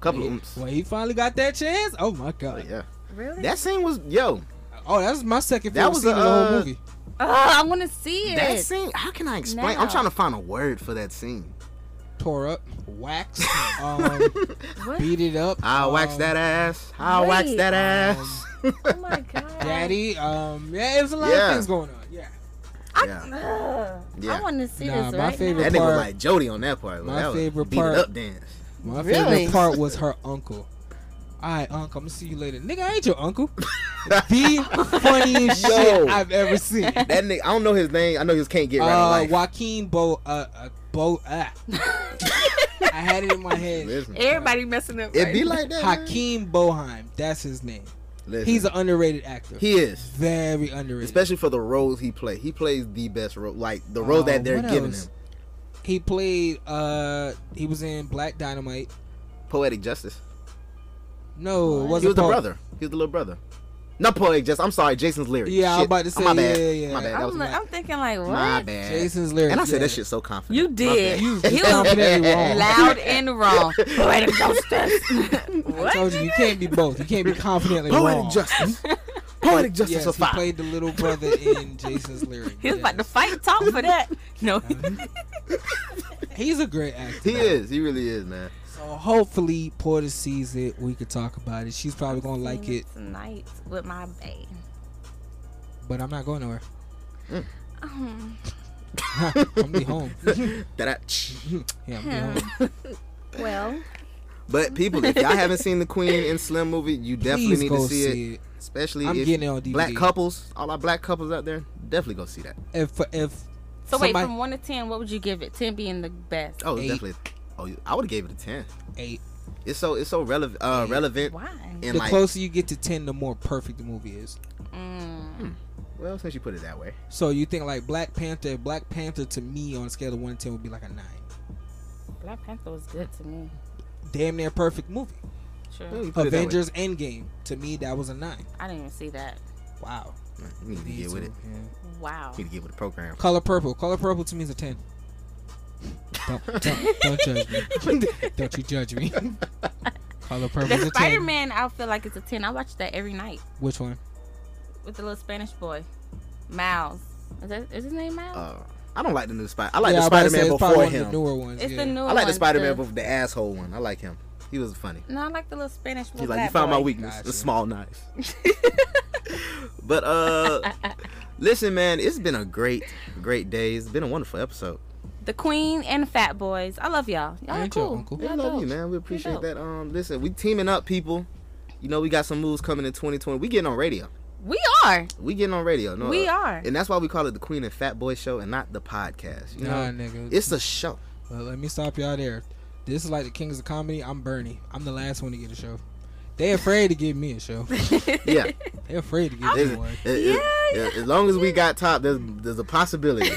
couple of
Well,
oomph.
he, well, he finally got that chance. Oh my god.
Yeah.
Really?
That scene was yo.
Oh, that was my second
That
favorite
was
scene in the
a,
whole
uh,
movie.
Ugh, I want to see it.
That scene. How can I explain? I'm
Now.
trying to find a word for that scene.
Tore up, waxed, um, beat it up.
I will wax
um,
that ass. I will wax
Oh. Wait.
that ass.
Oh my god.
Daddy. Um, yeah, it was a lot
Yeah.
of things going on. Yeah.
yeah.
Ugh.
Yeah.
uh, I want to see
Nah,
this
my
right
favorite-
now.
That nigga was
part-
like Jody on that part.
my
that was
favorite
beat
part-
it up dance.
My
Really?
favorite part was her uncle. All right, uncle, I'm gonna see you later. Nigga, I ain't your uncle. the funniest
Yo.
shit I've ever seen.
That nigga, I don't know his name. I know he just can't get right
Uh,
in life.
Joaquin Bo, uh, uh Bo, ah. I had it in my head.
Listen,
Everybody messing up.
it
right
be
now.
like that. man.
Hakeem Boheim, that's his name.
Listen,
He's an underrated actor.
he is,
very underrated.
especially for the roles he play. He plays the best role, like the role
Uh,
that they're
what
giving
else?
him.
He played. uh He was in Black Dynamite.
Poetic justice.
No, it
He
wasn't
was the
Bo-
brother. He was the little brother. Not poetic justice. I'm sorry, Jason's lyric.
Yeah, I'm
Shit.
about to say,
my bad.
yeah, yeah.
My bad. That was
I'm,
my,
like, I'm thinking like what?
my bad.
Jason's lyric.
And I said
yeah.
that shit so confident.
You
My
did.
bad.
You
He was
completely wrong.
Loud and wrong. Poetic justice.
I told you you can't be both. You can't be confidently
Poetic
wrong.
justice. Poetic justice
Yes,
of
he
five.
played the little brother in Jason's lyric.
He
yes.
was about to fight Tom for that. No.
He's a great actor.
he is. He really is, man.
So hopefully Porter sees it. We could talk about it. She's probably gonna like it,
tonight with my bae.
but I'm not going nowhere.
Um,
I'm gonna be home.
Da-da.
Yeah, I'm gonna be home.
well,
But people, if y'all haven't seen the Queen and Slim movie, you definitely
Please
need
go
to see,
see
it.
it.
Especially
I'm
if
getting it on DVD.
black couples, all our black couples out there, definitely go see that.
If if
so wait,
somebody-
from one to ten, what would you give it? Ten being the best.
Oh, it's
Eight.
definitely. Oh, you- I would have gave it a ten.
eight,
It's so it's so relevant, uh, relevant,
Why?
and
the
like
closer you get to ten, the more perfect the movie is.
Mm.
Well, since you put it that way,
So you think like Black Panther? Black Panther to me on a scale of one to ten would be like a nine.
Black Panther was good to me.
Damn near perfect movie.
Sure.
Avengers Endgame to me that was a nine.
I didn't even see that.
Wow.
you need to get with it.
Wow.
You need to get with the program.
Color Purple. Color Purple to me is a ten. Don't, don't, don't judge me. don't you judge me. Color Purple is a
The Spider
ten.
Man, I feel like it's a 10. I watch that every night
Which one?
with the little Spanish boy, Miles. Is, that, is his name Miles?
Uh, I don't like the new Spider. I like
Yeah, I
the
was about to
Spider Man
say, it's probably
before
one of the
him.
newer ones,
It's the yeah. newer
I like the
ones,
Spider Man
the-
with the asshole one. I like him. He was funny.
no, I like the little Spanish boy.
He's like, you
black
found my
boy."
weakness, the small knife. but uh, listen, man, it's been a great, great day. It's been a wonderful episode.
The Queen and Fat Boys. I love y'all. Y'all are
Ain't y'all,
cool.
Uncle?
Y'all
We love you,
dope.
man. We
You're
appreciate
dope.
that. Um, listen, we teaming up, people. You know, we got some moves coming in 2020. We getting on radio.
We are.
We getting on radio. No, uh,
We are.
and that's why we call it the Queen and Fat Boy Show and not the podcast. You know,
Nah, nigga.
it's a show.
Well, let me stop y'all there. This is like the Kings of Comedy. I'm Bernie. I'm the last one to get a show. They afraid to give me a show.
yeah.
They afraid to give me
There's-
one.
it- it- it- As long as we got top, there's there's a possibility.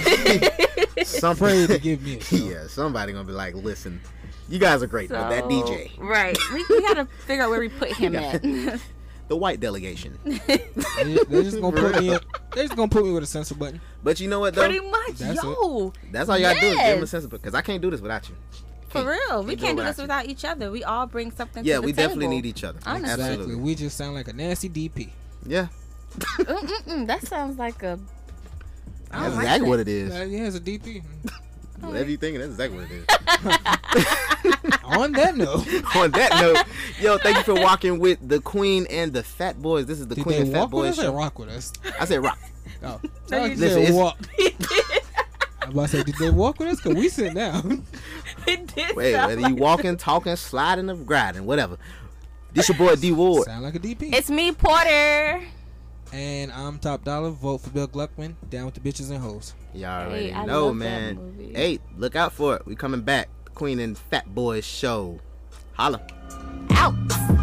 Somebody
Afraid to give me.
yeah, somebody gonna be like, listen, you guys are great, but that DJ,
So, Right. We, we gotta figure out where we put him
Yeah.
at.
the white delegation.
They just, they just gonna put me. In, they just gonna put me with a censor button.
But you know what though?
Pretty much,
That's it.
yo.
That's all y'all do is give
Yes.
them a sense of because I can't do this without you.
For real, we
do
can't do
without
this
you.
without each other. We all bring something.
Yeah,
to the
we definitely
table.
need each other.
Honestly,
Absolutely.
We just sound like a nasty DP.
Yeah.
Mm, mm, mm, that sounds like a. I
That's
don't like
exactly what
that.
it is.
Uh, yeah, it's a DP.
Whatever you thinking, that's exactly what it is.
On that note.
On that note, yo, thank you for walking with the Queen and the Fat Boys. This is the
Did
Queen
they
and Fat
walk with
Boys
us or
show.
rock with us?
I said rock.
Oh,
No,
I
you
said
didn't.
walk. I'm about to say, did they walk with us? Cause we sit down.
It did.
Wait,
sound
whether you
like-
walking, talking, sliding, or grinding, whatever. This your boy D Ward.
Sound like a DP.
It's me, Porter.
And I'm top dollar. Vote for Bill Gluckman. Down with the bitches and hoes.
Y'all already
Hey, I
know,
love that
man.
movie.
Hey, look out for it. We coming back. The Queen and Fat Boys show. Holla.
Out.